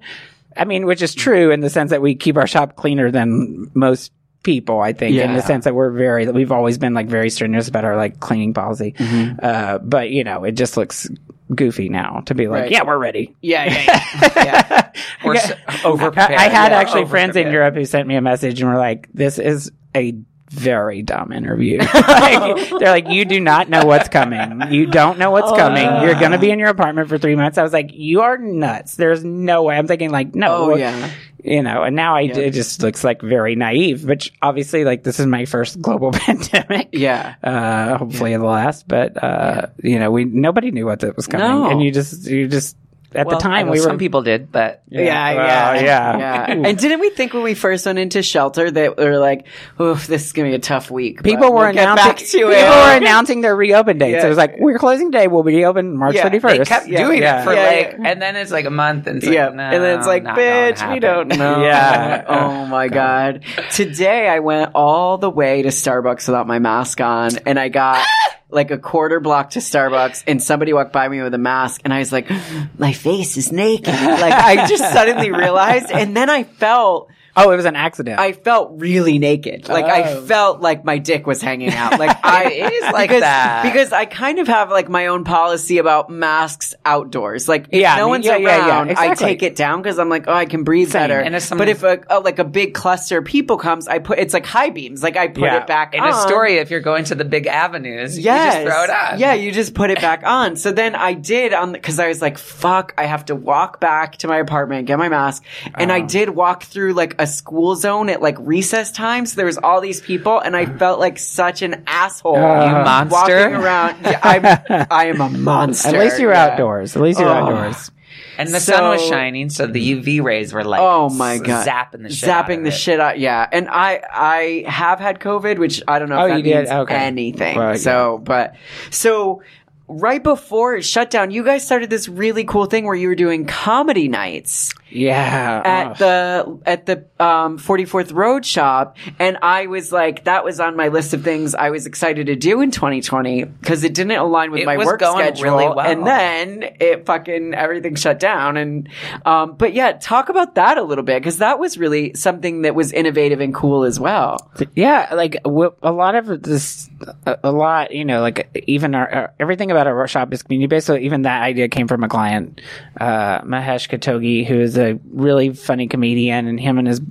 C: i mean which is true in the sense that we keep our shop cleaner than most people i think in
A: Yeah.
C: the sense that we're very we've always been like very strenuous about our like cleaning policy
A: Mm-hmm.
C: uh, but you know it just looks goofy now to be like
A: Right.
C: yeah we're ready
A: yeah, yeah,
C: [LAUGHS]
A: yeah. yeah.
B: We're s over
C: I, I had
B: yeah,
C: actually friends in
B: overprepared.
C: Europe who sent me a message and were like, "This is a very dumb
B: [LAUGHS]
C: interview." Like, they're like, "You do not know what's coming. You don't know
B: Oh,
C: what's coming. You're going to be in your apartment for three months." I was like, "You are nuts. There's no way." I'm thinking like, "No,
A: Oh
C: well,
A: yeah,
C: you know." And now I, it just looks like very naive, which obviously, like, this is my first global [LAUGHS] pandemic.
A: yeah.
C: Uh, hopefully the last, but uh, you know, we nobody knew what that was coming,
A: No.
C: and you just, you just at
B: Well,
C: the
B: I
C: time
B: know
C: we were
B: some people did, but
C: Yeah, well, yeah. [LAUGHS]
A: yeah. And didn't we think when we first went into shelter that we were like, "Oof, this is gonna be a tough week." but
C: People were
A: we'll get
C: announcing
A: back to
C: people
A: it. [LAUGHS]
C: were announcing their reopen dates.
A: Yeah.
C: It was like we're closing today. We'll be open March
A: Yeah,
C: thirty
A: they
C: first.
B: they kept doing it for
A: Yeah,
B: like, and then it's like a month, and it's like,
A: yeah,
B: no,
A: and then it's like,
B: not gonna
A: bitch, we
B: happen."
A: don't know.
C: Yeah.
A: [LAUGHS] Oh my god. Today I went all the way to Starbucks without my mask on, and I
C: [LAUGHS]
A: got like a quarter block to Starbucks, and somebody walked by me with a mask, and I was like, my face is naked. Like I just suddenly realized, and then I felt.
C: Oh, it was an accident. [LAUGHS]
A: I felt really naked. Like I
C: Oh.
A: felt like my dick was hanging out. Like I it is
B: like
A: because,
B: that.
A: because I kind of have like my own policy about masks outdoors. Like if
C: Yeah,
A: no
C: me-
A: one's
C: yeah,
A: around,
C: yeah, yeah, exactly.
A: I take it down because I'm like, oh, I can breathe better.
B: And if someone-
A: but if a, a- like a big cluster of people comes, I put it's like high beams. Like I put
C: Yeah.
A: it back
B: In
A: on.
B: a story, if you're going to the big avenues,
A: Um, Yes.
B: you just throw it on.
A: Yeah, you just put it back
B: [LAUGHS]
A: on. So then I did on because I was like, "Fuck!" I have to walk back to my apartment, get my mask, and
B: Oh.
A: I did walk through like a school zone at like recess time. So there was all these people, and I felt like such an asshole.
B: monster.
A: walking around. Yeah,
C: [LAUGHS]
A: I'm, I am a monster.
C: At least you're
A: Yeah.
C: outdoors. At least you're
A: Oh.
C: outdoors.
B: And the
A: So-
B: sun was shining, so the UV rays were like,
A: Oh my god,
B: zapping the shit, out
A: zapping
B: of
A: the
B: it.
A: shit out. Yeah, and I I have had COVID, which I don't know
C: Oh,
A: if that
C: you did?
A: means
C: Okay.
A: anything.
C: Well, yeah.
A: So, but so right before shutdown, you guys started this really cool thing where you were doing comedy nights
C: Yeah.
A: at the at the um, 44th Road Shop, and I was like, that was on my list of things I was excited to do in 2020 because it didn't align with
B: It
A: my
B: was
A: work
B: going
A: schedule.
B: really well.
A: And then it fucking everything shut down. And um, but yeah, talk about that a little bit because that was really something that was innovative and cool as well.
C: yeah like wh- a lot of this a, a lot you know like even our, our everything about our workshop is community based so even that idea came from a client uh mahesh katogi who is a really funny comedian and him and his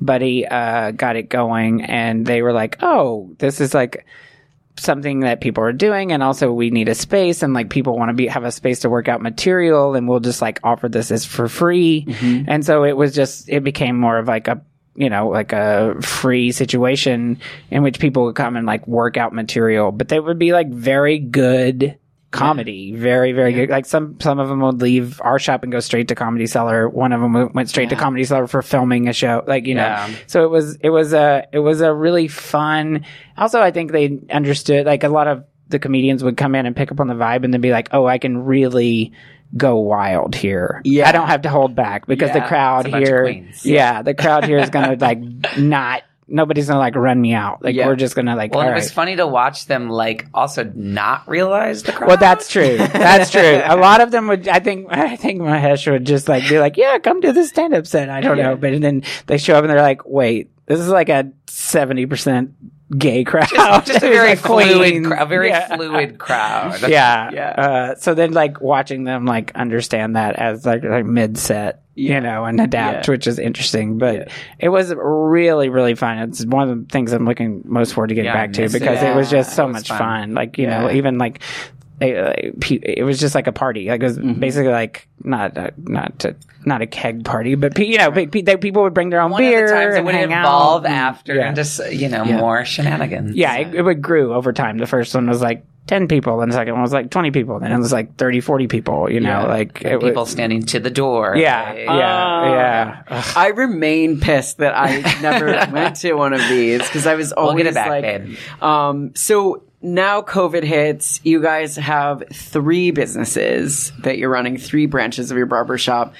C: buddy uh got it going and they were like oh this is like something that people are doing and also we need a space and like people want to be have a space to work out material and we'll just like offer this as for free and so it was just it became more of like a you know like a free situation in which people would come and like work out material but they would be like very good comedy very very good like some some of them would leave our shop and go straight to comedy cellar one of them went straight to comedy cellar for filming a show like you
B: Yeah.
C: know so it was it was a it was a really fun. Also, I think they understood like a lot of the comedians would come in and pick up on the vibe and then be like, "Oh, I can really go wild here.
A: Yeah.
C: I don't have to hold back because
B: Yeah,
C: the crowd
B: it's a bunch of
C: here,
B: queens.
C: yeah, the crowd here is gonna like [LAUGHS] not. Nobody's gonna like run me out. Like
A: Yeah.
C: we're just gonna like.
B: Well,
C: all
B: and it
C: right.
B: was funny to watch them like also not realize the crowd.
C: Well, that's true. That's true. A lot of them would, I think, I think Mahesh would just like be like, yeah, come do this stand up set. I don't know. But then they show up and they're like, wait, this is like a 70% gay crowd.
B: just
C: [LAUGHS]
B: a
C: It's
B: very
C: like
B: fluid,
C: Queens.
B: cr- a very
C: yeah.
B: fluid crowd.
C: [LAUGHS] Yeah.
B: yeah.
C: Uh, so then like watching them like understand that as like, like mid set. You know, and adapt,
A: Yeah.
C: which is interesting, but it was really, really fun. It's one of the things I'm looking most forward to getting
B: Yeah, I
C: back to
B: missed it.
C: because it was
A: Yeah,
C: just so
B: it was
C: much
B: fun.
C: fun fun. Like you know,
A: Yeah.
C: even like they- like, pe- it was just like a party. Like it was
B: Mm-hmm.
C: basically like not a, not a, not a keg party, but pe- you know, pe- pe- they- people would bring their own
B: One
C: beer
B: of the times it
C: and
B: would
C: hang
B: evolve
C: out.
B: after
C: Yeah.
B: and just you know more shenanigans.
C: yeah, it, it would grew over time. The first one was like ten people, then the second one was like twenty people, then it was like 30, 40 people. You know,
A: Yeah.
C: like it
B: people
C: Was,
B: standing to the door.
C: yeah,
B: Like,
C: yeah, yeah.
A: I remain pissed that I
B: [LAUGHS]
A: never went to one of these because I was
B: We'll
A: always
B: get it back,
A: like,
B: babe.
A: Um, so now COVID hits. You guys have three businesses that you're running, three branches of your barber shop.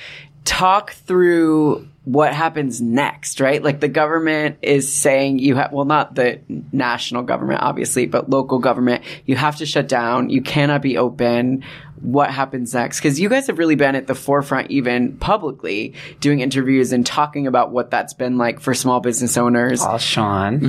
A: Talk through what happens next, right? Like the government is saying you have, well, not the national government, obviously, but local government, you have to shut down. You cannot be open. What happens next? Because you guys have really been at the forefront, even publicly, doing interviews and talking about what that's been like for small business owners.
B: All "Oh, Sean.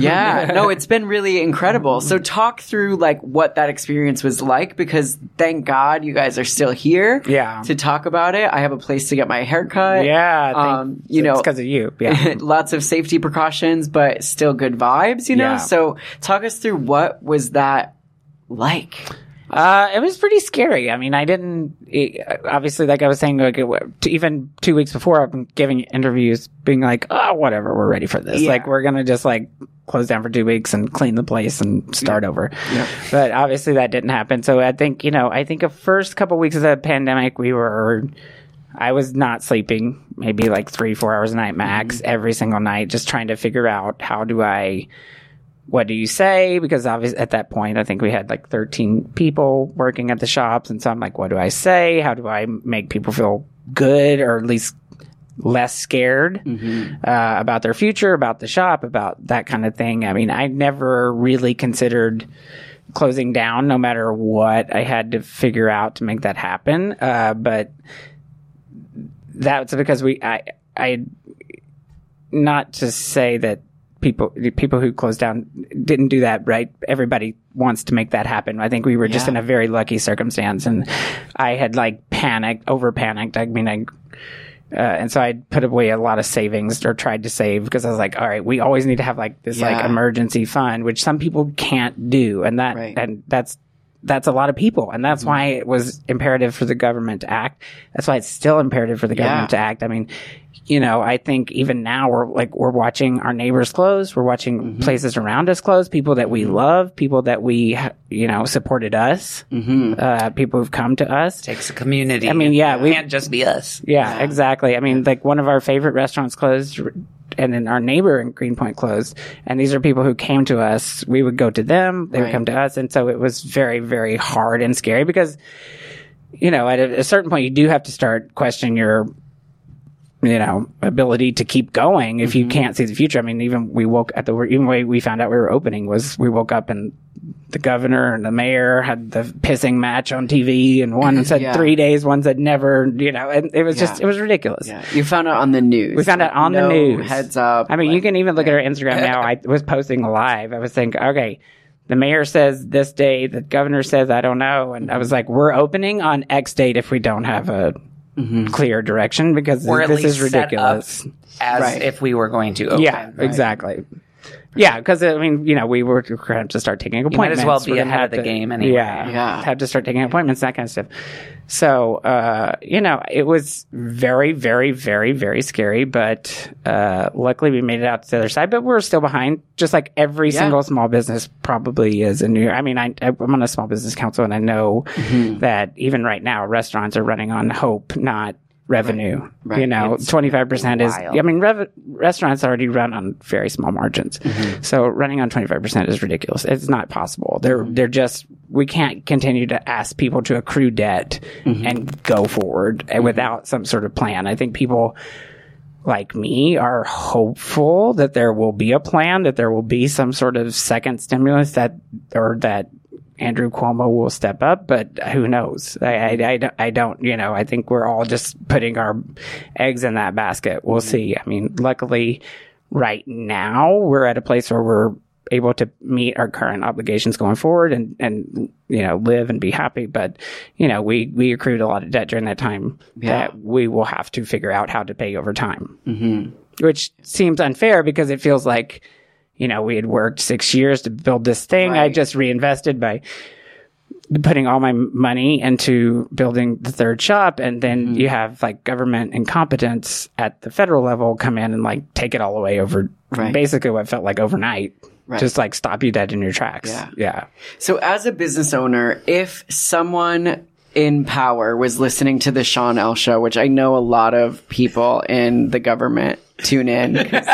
C: [LAUGHS]
A: Yeah, no, it's been really incredible. So talk through like what that experience was like because thank God you guys are still here.
C: Yeah.
A: To talk about it. I have a place to get my haircut.
C: Yeah, I think
A: Um, you know,
C: it's because of you.
A: [LAUGHS]
C: Yeah,
A: lots of safety precautions, but still good vibes, you know?
C: Yeah.
A: So talk us through what was that like?
C: Uh, it was pretty scary. I mean, I didn't it, obviously, like I was saying, like it, wa- t- even two weeks before, I've been giving interviews, being like, "Oh, whatever, we're ready for this.
A: Yeah.
C: Like, we're gonna just like close down for two weeks and clean the place and start over." But obviously, that didn't happen. So I think you know, I think the first couple weeks of the pandemic, we were. I was not sleeping, maybe like three, four hours a night max every single night, just trying to figure out how do I what do you say? Because obviously at that point, I think we had like 13 people working at the shops. And so I'm like, what do I say? How do I make people feel good or at least less scared uh, about their future, about the shop, about that kind of thing? I mean, I never really considered closing down no matter what I had to figure out to make that happen. Uh, but that's because we, I, I, not to say that people people who closed down didn't do that right everybody wants to make that happen i think we were just
A: Yeah.
C: in a very lucky circumstance and i had like panicked over panicked i mean i uh, and so I put away a lot of savings or tried to save because I was like, all right, we always need to have like this like
A: Yeah.
C: emergency fund, which some people can't do, and that
A: Right.
C: and that's that's a lot of people, and that's why it was imperative for the government to act. That's why it's still imperative for the government to act. I mean, you know, I think even now we're like we're watching our neighbors close, we're watching places around us close, people that we love, people that we you know supported us, uh, people who've come to us.
B: Takes a community.
C: I mean, yeah,
B: it
C: we-
B: can't just be us.
C: Yeah, exactly. I mean, like one of our favorite restaurants closed and then our neighbor in Greenpoint closed. And these are people who came to us. We would go to them. They would
A: Right.
C: come to us. And so it was very, very hard and scary because, you know, at a, a certain point, you do have to start questioning your, you know, ability to keep going if
B: Mm-hmm.
C: you can't see the future. I mean, even we woke at the, even way we found out we were opening was we woke up and the governor and the mayor had the pissing match on TV and
B: [LAUGHS]
C: one said
A: Yeah.
C: three days, one said never, you know, and it was just,
A: Yeah.
C: it was ridiculous.
A: Yeah, you found out on the news.
C: We found out on the
A: no
C: news.
A: Heads up.
C: I mean, you
A: like-
C: can even look at our Instagram now. I was posting live. I was thinking, okay, the mayor says this day, the governor says I don't know, and
B: Mm-hmm.
C: I was like, we're opening on X date if we don't have a clear direction because
B: Mm-hmm. Or at
C: this is
B: least set up
C: ridiculous.
B: as
A: Right.
B: if we were going to open.
C: yeah,
B: right?
C: exactly. Yeah, because I mean, you know, we were going to have to start taking
B: might
C: appointments.
B: as well be
C: We're gonna
B: ahead
C: have
B: of the
C: to-
B: game anyway.
C: Yeah,
A: Yeah.
C: have to start taking appointments, that kind of stuff. So, uh, you know, it was very, very, very, very scary. But uh, luckily, we made it out to the other side. But we're still behind, just like every
A: Yeah.
C: single small business probably is in New York. I mean, I, I'm on a small business council, and I know
B: Mm-hmm.
C: that even right now, restaurants are running on hope, not revenue.
A: Right.
C: You know,
B: It's
C: twenty five percent is.
B: wild.
C: I mean, rev- restaurants already run on very small margins, so running on twenty five percent is ridiculous. It's not possible. They're they're just we can't continue to ask people to accrue debt and go forward and without some sort of plan. I think people like me are hopeful that there will be a plan, that there will be some sort of second stimulus that, or that Andrew Cuomo will step up, but who knows? I, I, I, don't- I don't, you know, I think we're all just putting our eggs in that basket. We'll see. I mean, luckily, right now, we're at a place where we're able to meet our current obligations going forward and, and, you know, live and be happy. But, you know, we, we accrued a lot of debt during that time
A: Yeah.
C: that we will have to figure out how to pay over time
A: Mm-hmm.
C: which seems unfair because it feels like you know we had worked six years to build this thing i
A: Right.
C: just reinvested by putting all my money into building the third shop
A: Mm-hmm.
C: and then you have like government incompetence at the federal level come in and like take it all away over
A: Right.
C: basically what felt like overnight
A: Right.
C: just like stop you dead in your tracks
A: Yeah.
C: yeah
A: So, as a business owner, if someone in power was listening to the Sean L show, which I know a lot of people in the government tune in 'cause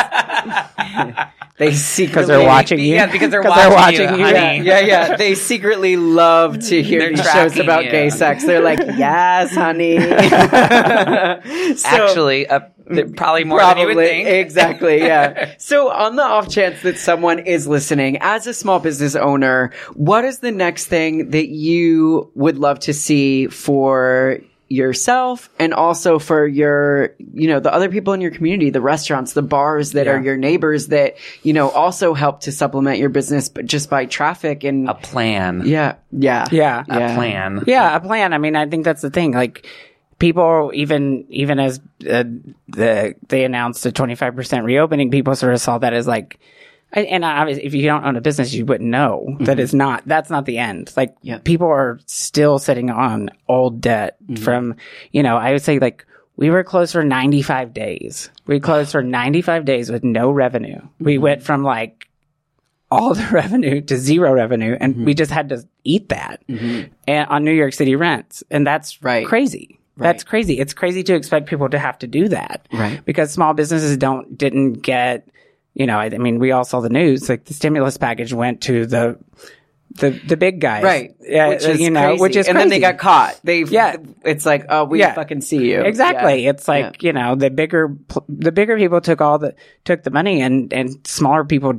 A: they
C: because
A: secretly
C: they're watching you
B: Yeah,
C: [LAUGHS]
B: because they're watching you,
A: Yeah,
B: honey.
A: yeah, yeah. They secretly love to hear
B: They're
A: these shows
B: tracking
A: about
B: you.
A: gay sex. They're like, "Yes, honey."
B: [LAUGHS]
A: So-
B: Actually, uh, th- probably more than you would think. [LAUGHS]
A: exactly yeah so on the off chance that someone is listening as a small business owner what is the next thing that you would love to see for yourself and also for your you know the other people in your community the restaurants the bars that are your neighbors that you know also help to supplement your business but just by traffic and
B: a plan.
A: yeah yeah
C: yeah
B: A plan.
C: Yeah, a plan. I mean, I think that's the thing. Like people, even even as uh, the they announced a twenty five percent reopening, people sort of saw that as like. And and obviously, if you don't own a business, you wouldn't know that it's not. That's not the end. Like
A: Yeah.
C: people are still sitting on old debt from, you know. I would say like we were closed for ninety five days. We closed for ninety five days with no revenue. We went from like all the [LAUGHS] revenue to zero revenue, and
A: Mm-hmm.
C: we just had to eat that and on New York City rents, and that's
A: Right.
C: crazy. That's crazy. It's crazy to expect people to have to do that,
A: Right.
C: Because small businesses don't didn't get, you know. I, I mean, we all saw the news. Like the stimulus package went to the the the big guys,
A: Right.
C: Yeah,
A: which is
C: you know,
A: crazy.
C: which is
A: and then they
C: crazy.
A: got caught. They
C: Yeah.
A: yeah. It's like oh we
C: Yeah.
A: fucking see you
C: Exactly.
A: Yeah.
C: It's like you know the bigger pl- the bigger people took all the took the money and and smaller people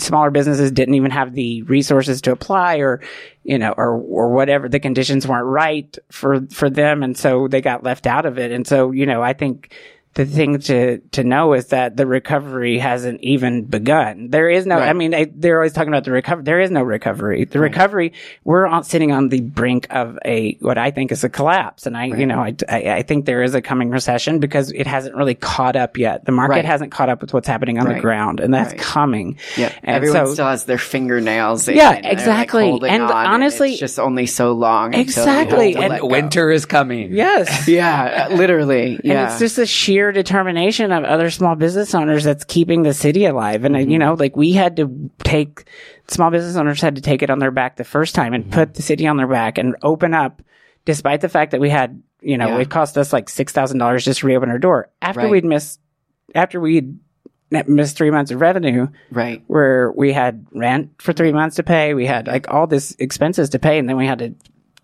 C: smaller businesses didn't even have the resources to apply or you know or or whatever the conditions weren't right for for them and so they got left out of it and so you know I think the thing to to know is that the recovery hasn't even begun there is no I
A: Right.
C: mean I, they're always talking about the recovery there is no recovery the recovery we're on, sitting on the brink of a what I think is a collapse and I you know I, I I think there is a coming recession because it hasn't really caught up yet the market
A: Right.
C: hasn't caught up with what's happening on the
A: Right.
C: ground and that's
A: Right.
C: coming
A: Yeah,
C: and
A: everyone
C: so,
A: still has their fingernails. In
C: Yeah,
A: and they're, like,
C: exactly.
A: holding
C: And
A: on,
C: honestly-
A: it's just only so long. until they have
C: Exactly,
A: to
C: and-
A: let go.
B: Winter is
A: [LAUGHS]
B: coming.
C: yes
A: Yeah, uh, literally. Yeah,
C: And it's just the sheer determination of other small business owners that's keeping the city alive. And, uh,
A: Mm-hmm.
C: you know, like we had to take, small business owners had to take it on their back the first time
A: Mm-hmm.
C: and put the city on their back and open up, despite the fact that we had, you know,
A: Yeah.
C: it cost us like $6,000 just to reopen our door after
A: Right.
C: we'd missed, after we'd missed three months of revenue
A: Right.
C: where we had rent for three months to pay. We had like all this expenses to pay, and then we had to,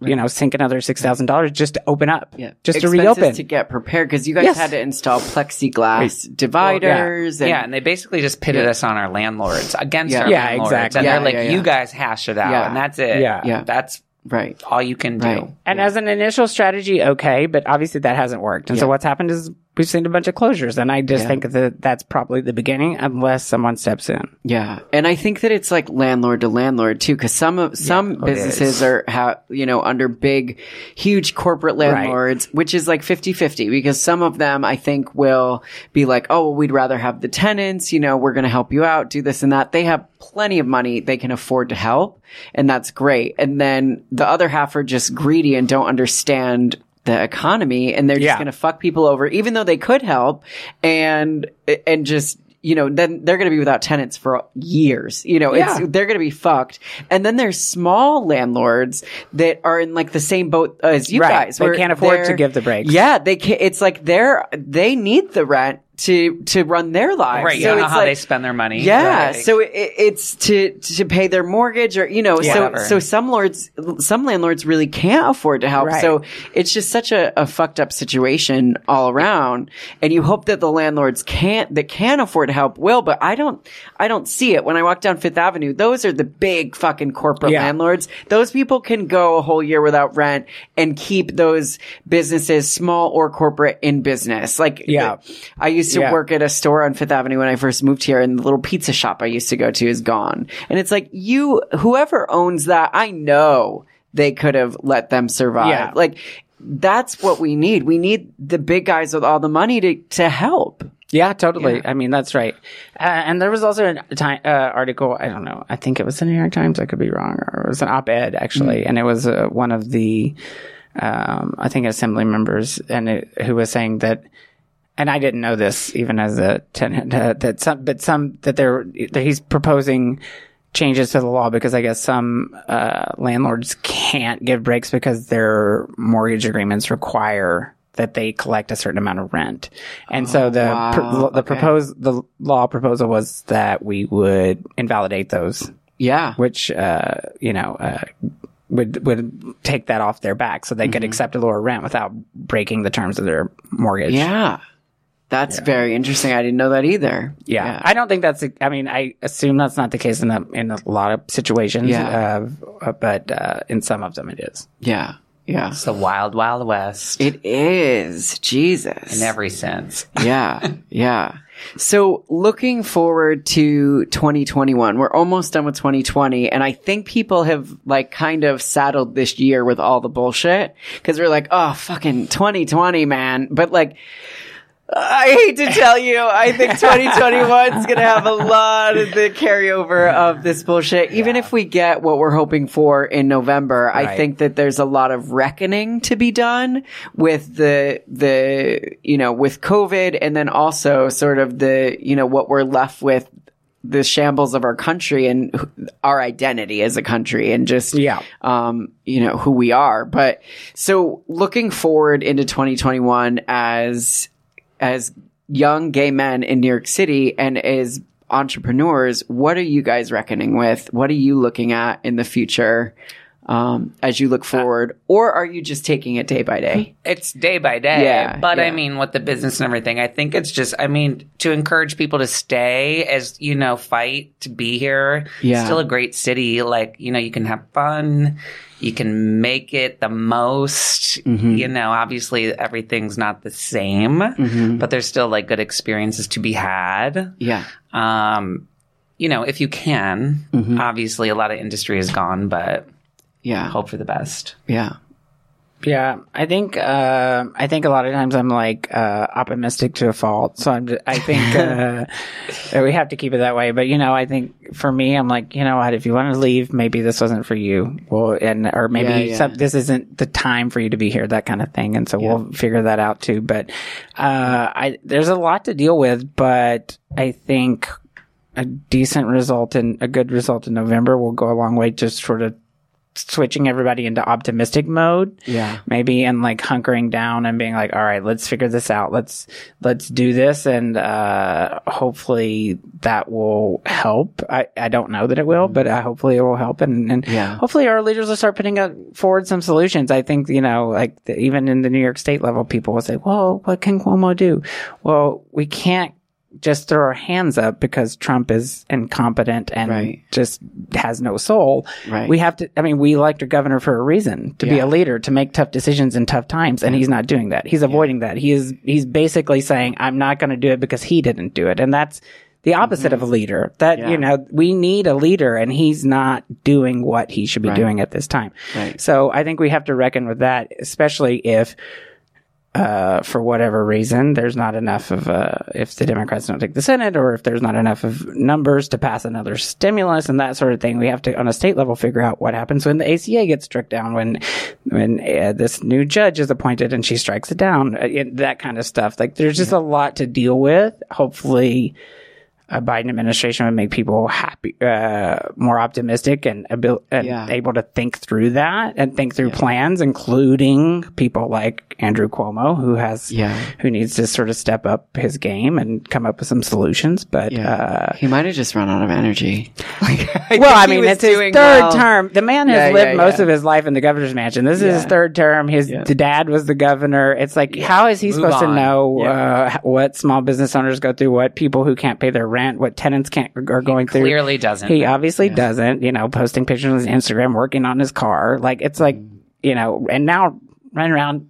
C: you know, sink another six thousand dollars just to open up,
A: Yeah.
C: just
A: Expenses
C: to reopen.
A: to get prepared because you guys
C: Yes.
A: had to install plexiglass dividers
B: yeah,
A: and
B: and they basically just pitted
A: Yeah.
B: us on our landlords against
A: Yeah.
B: our
C: Yeah,
B: landlords,
C: exactly.
B: and
A: Yeah,
B: they're like,
A: yeah, yeah.
B: "You guys hash it out,
A: Yeah.
B: and that's it.
C: Yeah.
A: Yeah.
B: that's
A: right.
B: all you can do."
A: Right.
C: and as an initial strategy, okay, but obviously that hasn't worked. And so
A: Yeah.
C: what's happened is we've seen a bunch of closures, and I just
A: Yeah.
C: think that that's probably the beginning, unless someone steps in.
A: Yeah, and I think that it's like landlord to landlord too, because some of some businesses are ha- you know under big, huge corporate landlords, which is like 50-50 because some of them I think will be like, oh, well, we'd rather have the tenants, you know, we're going to help you out, do this and that. They have plenty of money they can afford to help, and that's great. And then the other half are just greedy and don't understand the economy, and they're just
C: Yeah.
A: going to fuck people over, even though they could help, and and just you know, then they're going to be without tenants for years. You know,
C: Yeah.
A: it's they're going to be fucked. And then there's small landlords that are in like the same boat as you
C: Right.
A: guys.
C: They
A: where
C: can't afford to
A: they're-
C: give the breaks.
A: Yeah, they can. It's like they're they need the rent to to run their lives.
B: Right, you
A: So
B: don't know
A: it's
B: how they
A: like,
B: spend their money.
A: yeah,
B: Right.
A: so it, it's to to pay their mortgage or you know, so
B: Whatever.
A: so some lords some landlords really can't afford to help.
C: Right.
A: So it's just such a, a fucked up situation all around. And you hope that the landlords can't that can afford to help will, but I don't I don't see it. When I walk down Fifth Avenue, those are the big fucking corporate
C: Yeah.
A: landlords. Those people can go a whole year without rent and keep those businesses, small or corporate, in business. Like
C: Yeah.
A: I used to
C: Yeah.
A: work at a store on Fifth Avenue when I first moved here, and the little pizza shop I used to go to is gone. And it's like, you, whoever owns that, I know they could have let them survive.
C: Yeah.
A: Like, that's what we need. We need the big guys with all the money to, to help.
C: Yeah, totally. I mean, that's right. Uh, and there was also an time, uh, article. I don't know. I think it was the New York Times. I could be wrong, or it was an op-ed
A: Mm.
C: actually, and it was uh, one of the, um, I think, assembly members, and it, who was saying that. And I didn't know this even as a tenant uh, [LAUGHS] that some, but some that they're that he's proposing changes to the law because I guess some uh, landlords can't give breaks because their mortgage agreements require that they collect a certain amount of rent. And so the pr-
A: wow.
C: the propose the law proposal was that we would invalidate those,
A: Yeah.
C: which uh, you know uh, would would take that off their back, so they could
A: Mm-hmm.
C: accept a lower rent without breaking the terms of their mortgage.
A: Yeah. That's very interesting. I didn't know that either.
C: Yeah. I don't think that's. I mean, I assume that's not the case in a, in a lot of situations.
A: Yeah.
C: Uh, but uh, in some of them, it is.
A: Yeah. Yeah.
B: it's the wild, wild west
A: It is. Jesus.
B: in every sense.
A: yeah, yeah. So looking forward to 2021, we're almost done with 2020, and I think people have like kind of saddled this year with all the bullshit because we're like, oh, fucking 2020, man. But like, I hate to tell you, I think
C: [LAUGHS]
A: 2021 is going to have a lot of the carryover of this bullshit. Even if we get what we're hoping for in November, I
C: Right.
A: think that there's a lot of reckoning to be done with the, the, you know, with COVID and then also sort of the, you know, what we're left with the shambles of our country and wh- our identity as a country and just
C: Yeah.
A: um you know who we are but so looking forward into 2021 as as young gay men in New York City and as entrepreneurs what are you guys reckoning with what are you looking at in the future um as
C: Uh,
A: you look forward or are you just taking it day by day
B: It's day by day.
A: Yeah,
B: but
A: yeah.
B: I mean, with the business and everything, I think it's just, I mean, to encourage people to stay as, you know, fight to be here.
A: Yeah.
B: It's still a great city. Like, you know, you can have fun. You can make it the most.
A: Mm-hmm.
B: You know, obviously everything's not the same,
A: Mm-hmm.
B: but there's still like good experiences to be had.
C: Hmm.
A: yeah
B: Um, you know, if you can,
A: Mm-hmm.
B: obviously a lot of industry is gone, but
A: yeah
B: hope for the best.
A: yeah
C: Yeah, I think uh, I think a lot of times I'm like uh, optimistic to a fault, so I'm. Just,
A: [LAUGHS]
C: I think uh, that we have to keep it that way. But you know, I think for me, I'm like, you know what? If you want to leave, maybe this wasn't for you. Well, and or maybe
A: Yeah, yeah.
C: Some, this isn't the time for you to be here, that kind of thing. And so we'll figure that out too. But uh, I there's a lot to deal with, but I think a decent result and a good result in November will go a long way to sort of switching everybody into optimistic mode
A: Yeah.
C: maybe and like hunkering down and being like all right let's figure this out let's let's do this and uh hopefully that will help i i don't know that it will but uh, hopefully it will help and and
A: Yeah.
C: hopefully our leaders will start putting up forward some solutions i think you know like the, even in the new york state level people will say well what can cuomo do well we can't just throw our hands up because Trump is incompetent and
A: Right.
C: just has no soul.
A: Right.
C: We have to, I mean, we elect a governor for a reason to be
A: Yeah.
C: a leader, to make tough decisions in tough times. And he's not doing that. He's avoiding that. He is, he's basically saying, I'm not going to do it because he didn't do it. And that's the opposite of a leader that,
A: Mm-hmm. Yeah.
C: you know, we need a leader and he's not doing what he should be
A: Right.
C: doing at this time.
A: Right.
C: So I think we have to reckon with that, especially if, uh, for whatever reason, there's not enough of uh, if the Democrats don't take the Senate, or if there's not enough of numbers to pass another stimulus and that sort of thing. We have to, on a state level, figure out what happens when the ACA gets struck down, when when uh, this new judge is appointed and she strikes it down, uh, it- that kind of stuff. Like there's just a lot to deal with. Hopefully. A Biden administration would make people happy, uh, more optimistic and, abil- and
A: Yeah.
C: able to think through that and think through plans, including people like Andrew Cuomo, who has
A: Yeah.
C: who needs to sort of step up his game and come up with some solutions. But
A: Yeah.
C: uh,
A: he might have just run out of
C: [LAUGHS]
A: energy. Like,
C: well, I
A: think he
C: mean,
A: was
C: it's his
A: doing
C: third
A: well.
C: term. The man
A: Yeah,
C: has
A: yeah,
C: lived most
A: yeah.
C: of his life in the governor's mansion. This is his
A: Yeah.
C: third term. His
A: Yeah.
C: the dad was the governor. It's like, how is he
B: Move
C: supposed
B: on.
C: to know
A: Yeah.
C: uh, h- what small business owners go through, what people who can't pay their rent, what tenants can't are going through?
B: Clearly doesn't.
C: He obviously doesn't, you know, posting pictures on his Instagram, working on his car. Like, it's like, you know, and now running around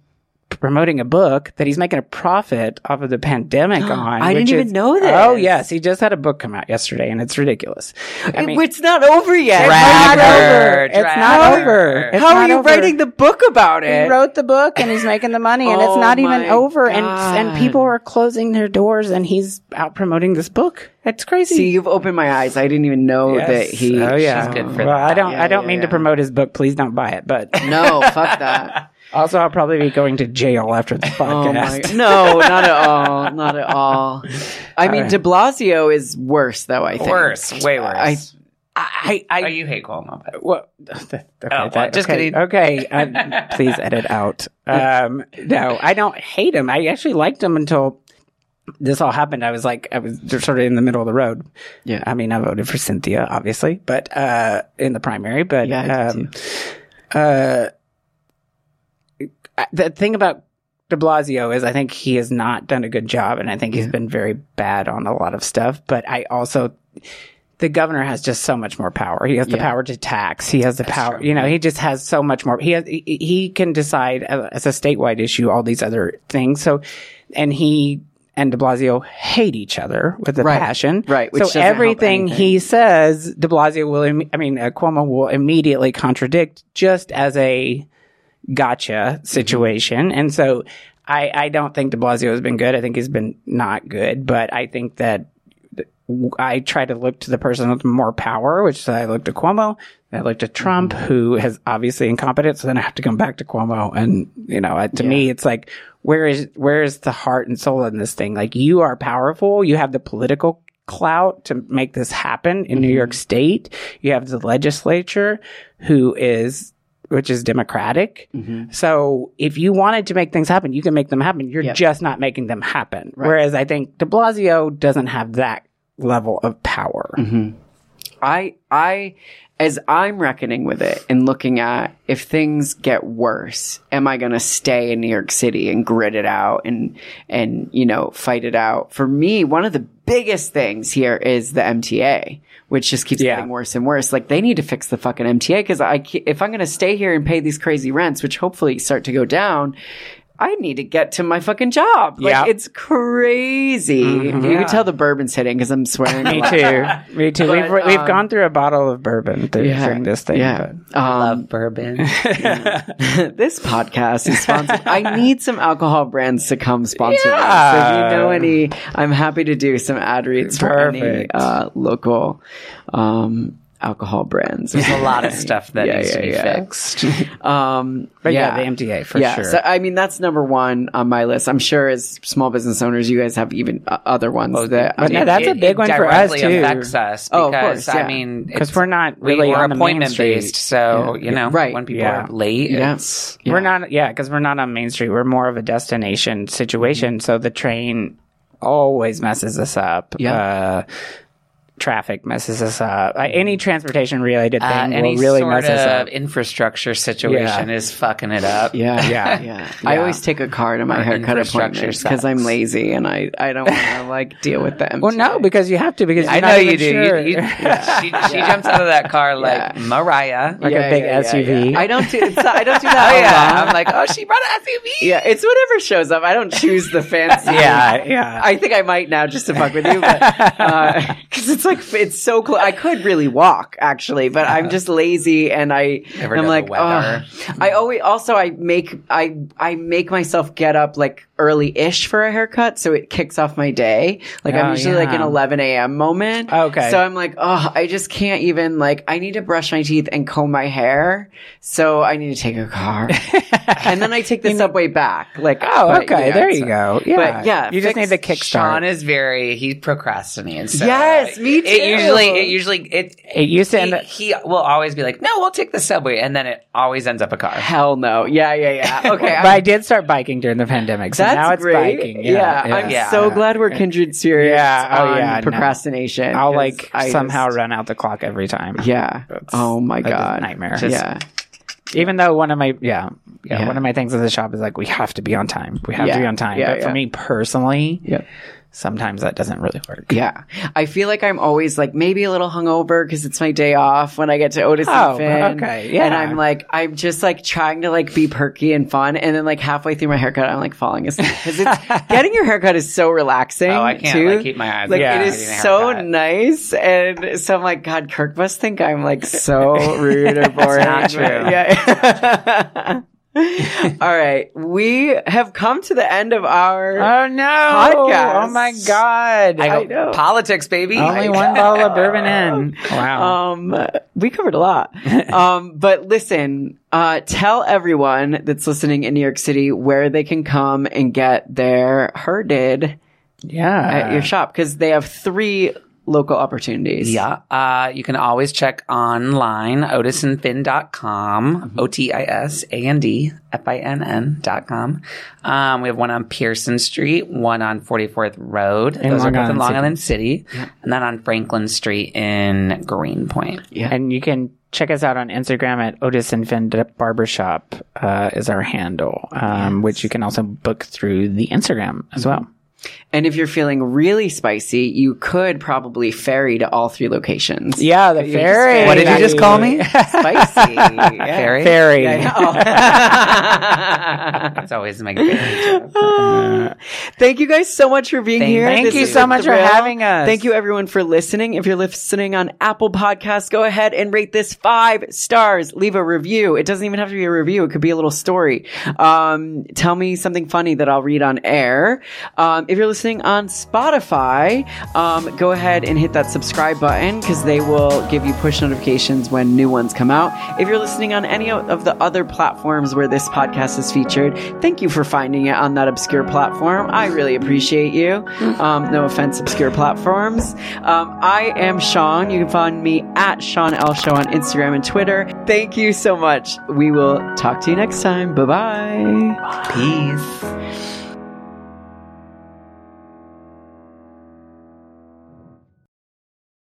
C: promoting a book that he's making a profit off of the [GASPS] pandemic on.
A: I didn't
C: which
A: even
C: is-
A: know this.
C: Oh, yes. He just had a book come out yesterday and it's ridiculous. I mean,
A: it's not over yet.
B: Drag
A: It's not
B: her.
A: over.
C: it's not
B: Dragger.
C: over. It's
A: How are
C: not
A: you
C: over.
A: writing the book about
C: He
A: it?
C: wrote the book and he's making the money and
A: Oh
C: it's not
A: my
C: even over and
A: God.
C: and people are closing their doors and he's out promoting this book. It's crazy.
A: See, you've opened my eyes. I didn't even know that he.
C: oh yeah.
B: She's good
C: [LAUGHS]
B: for
C: well,
B: that.
C: I don't.
A: Yeah,
C: I don't
A: yeah,
C: mean to
A: yeah.
C: promote his book. Please don't buy it. [LAUGHS] But
A: No, fuck that.
C: also, I'll probably be going to jail after this [LAUGHS]
A: Oh my,
C: podcast.
A: no, not at all. Not at all. I mean,
C: right.
A: De Blasio is worse, though. I think
B: worse, way worse.
A: I, I,
B: oh,
A: I
B: you hate Cuomo. but-
C: Well, [LAUGHS] okay,
B: Oh, well,
C: that-
B: just
C: okay,
B: kidding. [LAUGHS]
C: Okay, um, please edit out. Um, no, I don't hate him. I actually liked him until this all happened. I was like, I was just sort of in the middle of the road.
A: Yeah.
C: I mean, I voted for Cynthia, obviously, but uh, in the primary, but
A: Yeah, I did
C: um, uh, I- uh, the thing about De Blasio is I think he has not done a good job, and I think he's been very bad on a lot of stuff. But I also the governor has just so much more power. He has the
A: Yeah.
C: power to tax. He has the power. You know, he just has so much more. He has, he, he can decide uh, as a statewide issue all these other things. So, and he and De Blasio hate each other with a
A: Right.
C: passion.
A: Right, which doesn't
C: so
A: help
C: everything
A: anything.
C: he says, De Blasio will. Im- I mean, uh, Cuomo will immediately contradict, just as a
A: Mm-hmm.
C: gotcha situation. And so I, I don't think de Blasio has been good. I think he's been not good, but I think that w- I try to look to the person with more power, which is I look to Cuomo, I look to Trump,
A: Mm-hmm.
C: who has obviously incompetent. So then I have to come back to Cuomo. And, you know, I- to me, it's like, where is, where is the heart and soul in this thing? Like you are powerful. You have the political clout to make this happen in
A: Mm-hmm.
C: New York state. You have the legislature who is which is democratic.
A: Mm-hmm.
C: So if you wanted to make things happen, you can make them happen. You're
A: Yep.
C: just not making them happen. Whereas I think de Blasio doesn't have that level of power.
A: Mm-hmm. I I as I'm reckoning with it and looking at if things get worse, am I going to stay in New York City and grit it out and and you know fight it out? For me, one of the biggest things here is the MTA, which just keeps
C: Yeah.
A: getting worse and worse. Like they need to fix the fucking MTA because I ca- if I'm going to stay here and pay these crazy rents, which hopefully start to go down. I need to get to my fucking job. Like
C: Yeah. Mm-hmm.
A: it's crazy. You can tell the bourbon's hitting because I'm swearing. a
C: [LAUGHS] Me
A: lot.
C: too.
A: [LAUGHS]
C: Me too. we've
A: But,
C: we've
A: um,
C: gone through a bottle of bourbon through, during this thing.
A: Yeah.
C: but- Um,
A: Um,
B: Love [LAUGHS]
A: [LAUGHS]
B: bourbon.
A: this podcast is sponsored.
C: [LAUGHS]
A: I need some alcohol brands to come sponsor us. If
C: Yeah.
A: you know any, I'm happy to do some ad reads for any
C: Perfect.
A: uh, local um, alcohol brands.
B: There's a lot of stuff that
A: Yeah,
B: needs to
A: yeah,
B: be
A: yeah.
B: fixed.
A: Um,
C: But yeah, the MTA for
A: yeah,
C: sure.
A: so I mean that's number one on my list. I'm sure as small business owners, you guys have even uh, other ones that.
C: Oh, but no, that's a big one for us,
B: directly
C: too.
B: Affects us because
A: Oh, of course, yeah.
B: I mean,
C: because
B: it's-
C: we're not
B: we
C: really
B: were
C: on the main
B: appointment
C: street.
B: based, so you know,
A: Right.
B: When people
C: Yeah.
B: are late,
A: Yeah.
B: it's
A: Yeah.
C: We're not, yeah, because we're not on Main Street. We're more of a destination situation.
A: Mm-hmm.
C: So the train always messes us up.
A: Yeah.
C: Uh, traffic messes us up. Uh, any
A: Mm-hmm.
C: transportation related thing
B: uh, any
C: will really
B: sort
C: mess
B: of
C: us up.
B: infrastructure situation is fucking it
A: [LAUGHS]
B: up.
A: yeah,
C: Yeah.
A: yeah. I always take a car to my
B: Our
A: haircut
B: infrastructure
A: appointments because I'm
B: sucks.
A: lazy and I, I don't want to like deal with them.
C: Well, no, because you have to. Because
B: I
C: you're
B: know
C: not
B: you
C: even
B: do. You-
C: sure. [LAUGHS]
B: you- she, she jumps out of that car like Mariah.
C: like a big SUV.
A: I don't do it's not, I don't do [LAUGHS] that.
B: oh
A: a
B: yeah,
A: lot.
B: I'm like, oh, she brought an SUV.
A: yeah, it's whatever shows up. I don't choose [LAUGHS] the fancy.
C: yeah, yeah.
A: I think I might now just to fuck with you, because
C: [LAUGHS]
A: it's like it's so close. I could really walk actually, but I'm just lazy and I
B: Never
A: I'm
B: know the
A: like
B: weather.
A: "Ugh." I always also I make I I make myself get up like early ish for a haircut, so it kicks off my day. Like
C: Oh,
A: I'm usually like an
C: yeah.
A: 11 a.m. moment.
C: Okay.
A: so I'm like oh I just can't even like I need to brush my teeth and comb my hair, so I need to take a
C: [LAUGHS]
A: car, and then I take the subway back. Like
C: oh,
A: but,
C: okay.
A: yeah,
C: there
A: it's-
C: you go. Yeah,
A: yeah,
C: You just need
A: fix-
C: the kickstart.
B: Sean is very he procrastinates. so
A: Yes, me
B: It
A: too.
B: usually it usually it
C: it used to end. [LAUGHS] up-
B: he, he will always be like, "No, we'll take the subway," and then it always ends up a car.
A: Hell no. Yeah, yeah,
C: [LAUGHS]
A: yeah. Okay.
C: but
A: I'm-
C: I did start biking during the pandemic, so
A: that's
C: now it's
A: great.
C: biking.
A: Yeah, I'm
B: yeah.
A: so glad we're kindred spirits
C: Yeah, oh,
A: on
C: yeah, no.
A: procrastination.
C: I'll
A: 'cause
C: like
A: I
C: somehow
A: just-
C: run out the clock every time.
A: yeah.
C: That's-
A: Oh my
C: that's a
A: god.
C: nightmare.
B: Just-
A: yeah.
C: Even though one of my yeah, yeah
A: Yeah.
C: one of my things at the shop is like we have to be on time. We have
A: Yeah.
C: to be on time.
A: Yeah,
C: but for
A: yeah.
C: me personally,
A: Yeah.
C: sometimes that doesn't really work.
A: Yeah. I feel like I'm always like maybe a little hungover because it's my day off when I get to Otis
C: Oh,
A: and Finn.
C: okay, yeah.
A: And I'm like, I'm just like trying to like be perky and fun. And then like halfway through my haircut, I'm like falling asleep because
C: [LAUGHS]
A: it's getting your haircut is so relaxing.
B: Oh, I can't
A: too.
B: like keep my eyes.
A: Like
C: Yeah.
A: it
B: on getting a
A: is so
B: haircut.
A: nice, and so I'm like, God, Kirk must think I'm
B: [LAUGHS]
A: like so rude or boring.
B: not true.
A: Yeah. [LAUGHS] All right, we have come to the end of our.
C: Oh no!
A: Podcast.
C: Oh my god!
B: I,
A: I
B: go,
A: know.
B: Politics, baby.
C: Only
B: I-
C: one bottle of bourbon in.
B: Oh.
C: Wow.
A: um, we covered a
B: [LAUGHS]
A: lot. um, but listen, uh, tell everyone that's listening in New York City where they can come and get their herded
C: yeah.
A: at your shop because they have three local opportunities.
B: Uh. Yeah. Uh, you can always check online, otisandfinn.com, O T I S A N D F I N N.com. Um, we have one on Pearson Street, one on 44th Road. Those
C: Long
B: are both
C: Island
B: in Long
C: City.
B: Island City. And then on Franklin Street in Greenpoint.
A: Yeah.
C: And you can check us out on Instagram at Otis and Finn Barbershop uh, is our handle, um, which you can also book through the Instagram as well.
A: And if you're feeling really spicy, you could probably ferry to all three locations.
C: Yeah, the fairy.
B: What did you just call me?
A: Spicy. Yeah.
B: Fairy?
C: Fairy.
B: [LAUGHS] That's always my favorite. joke.
A: Oh. [LAUGHS] Thank you guys so much for being
B: Thank-
A: here.
C: Thank
A: This
C: you
A: is
C: so
A: a
C: much for
A: thrill.
C: having us.
A: Thank you everyone for listening. If you're listening on Apple Podcasts, go ahead and rate this five stars. Leave a review. It doesn't even have to be a review. It could be a little story. Um, tell me something funny that I'll read on air. Um, if you're listening on Spotify, um, go ahead and hit that subscribe button because they will give you push notifications when new ones come out. If you're listening on any of the other platforms where this podcast is featured, thank you for finding it on that obscure platform. I really appreciate you. Um, no offense, obscure platforms. Um, I am Sean. You can find me at Sean L Show on Instagram and Twitter. Thank you so much. We will talk to you next time. Bye bye.
B: Peace.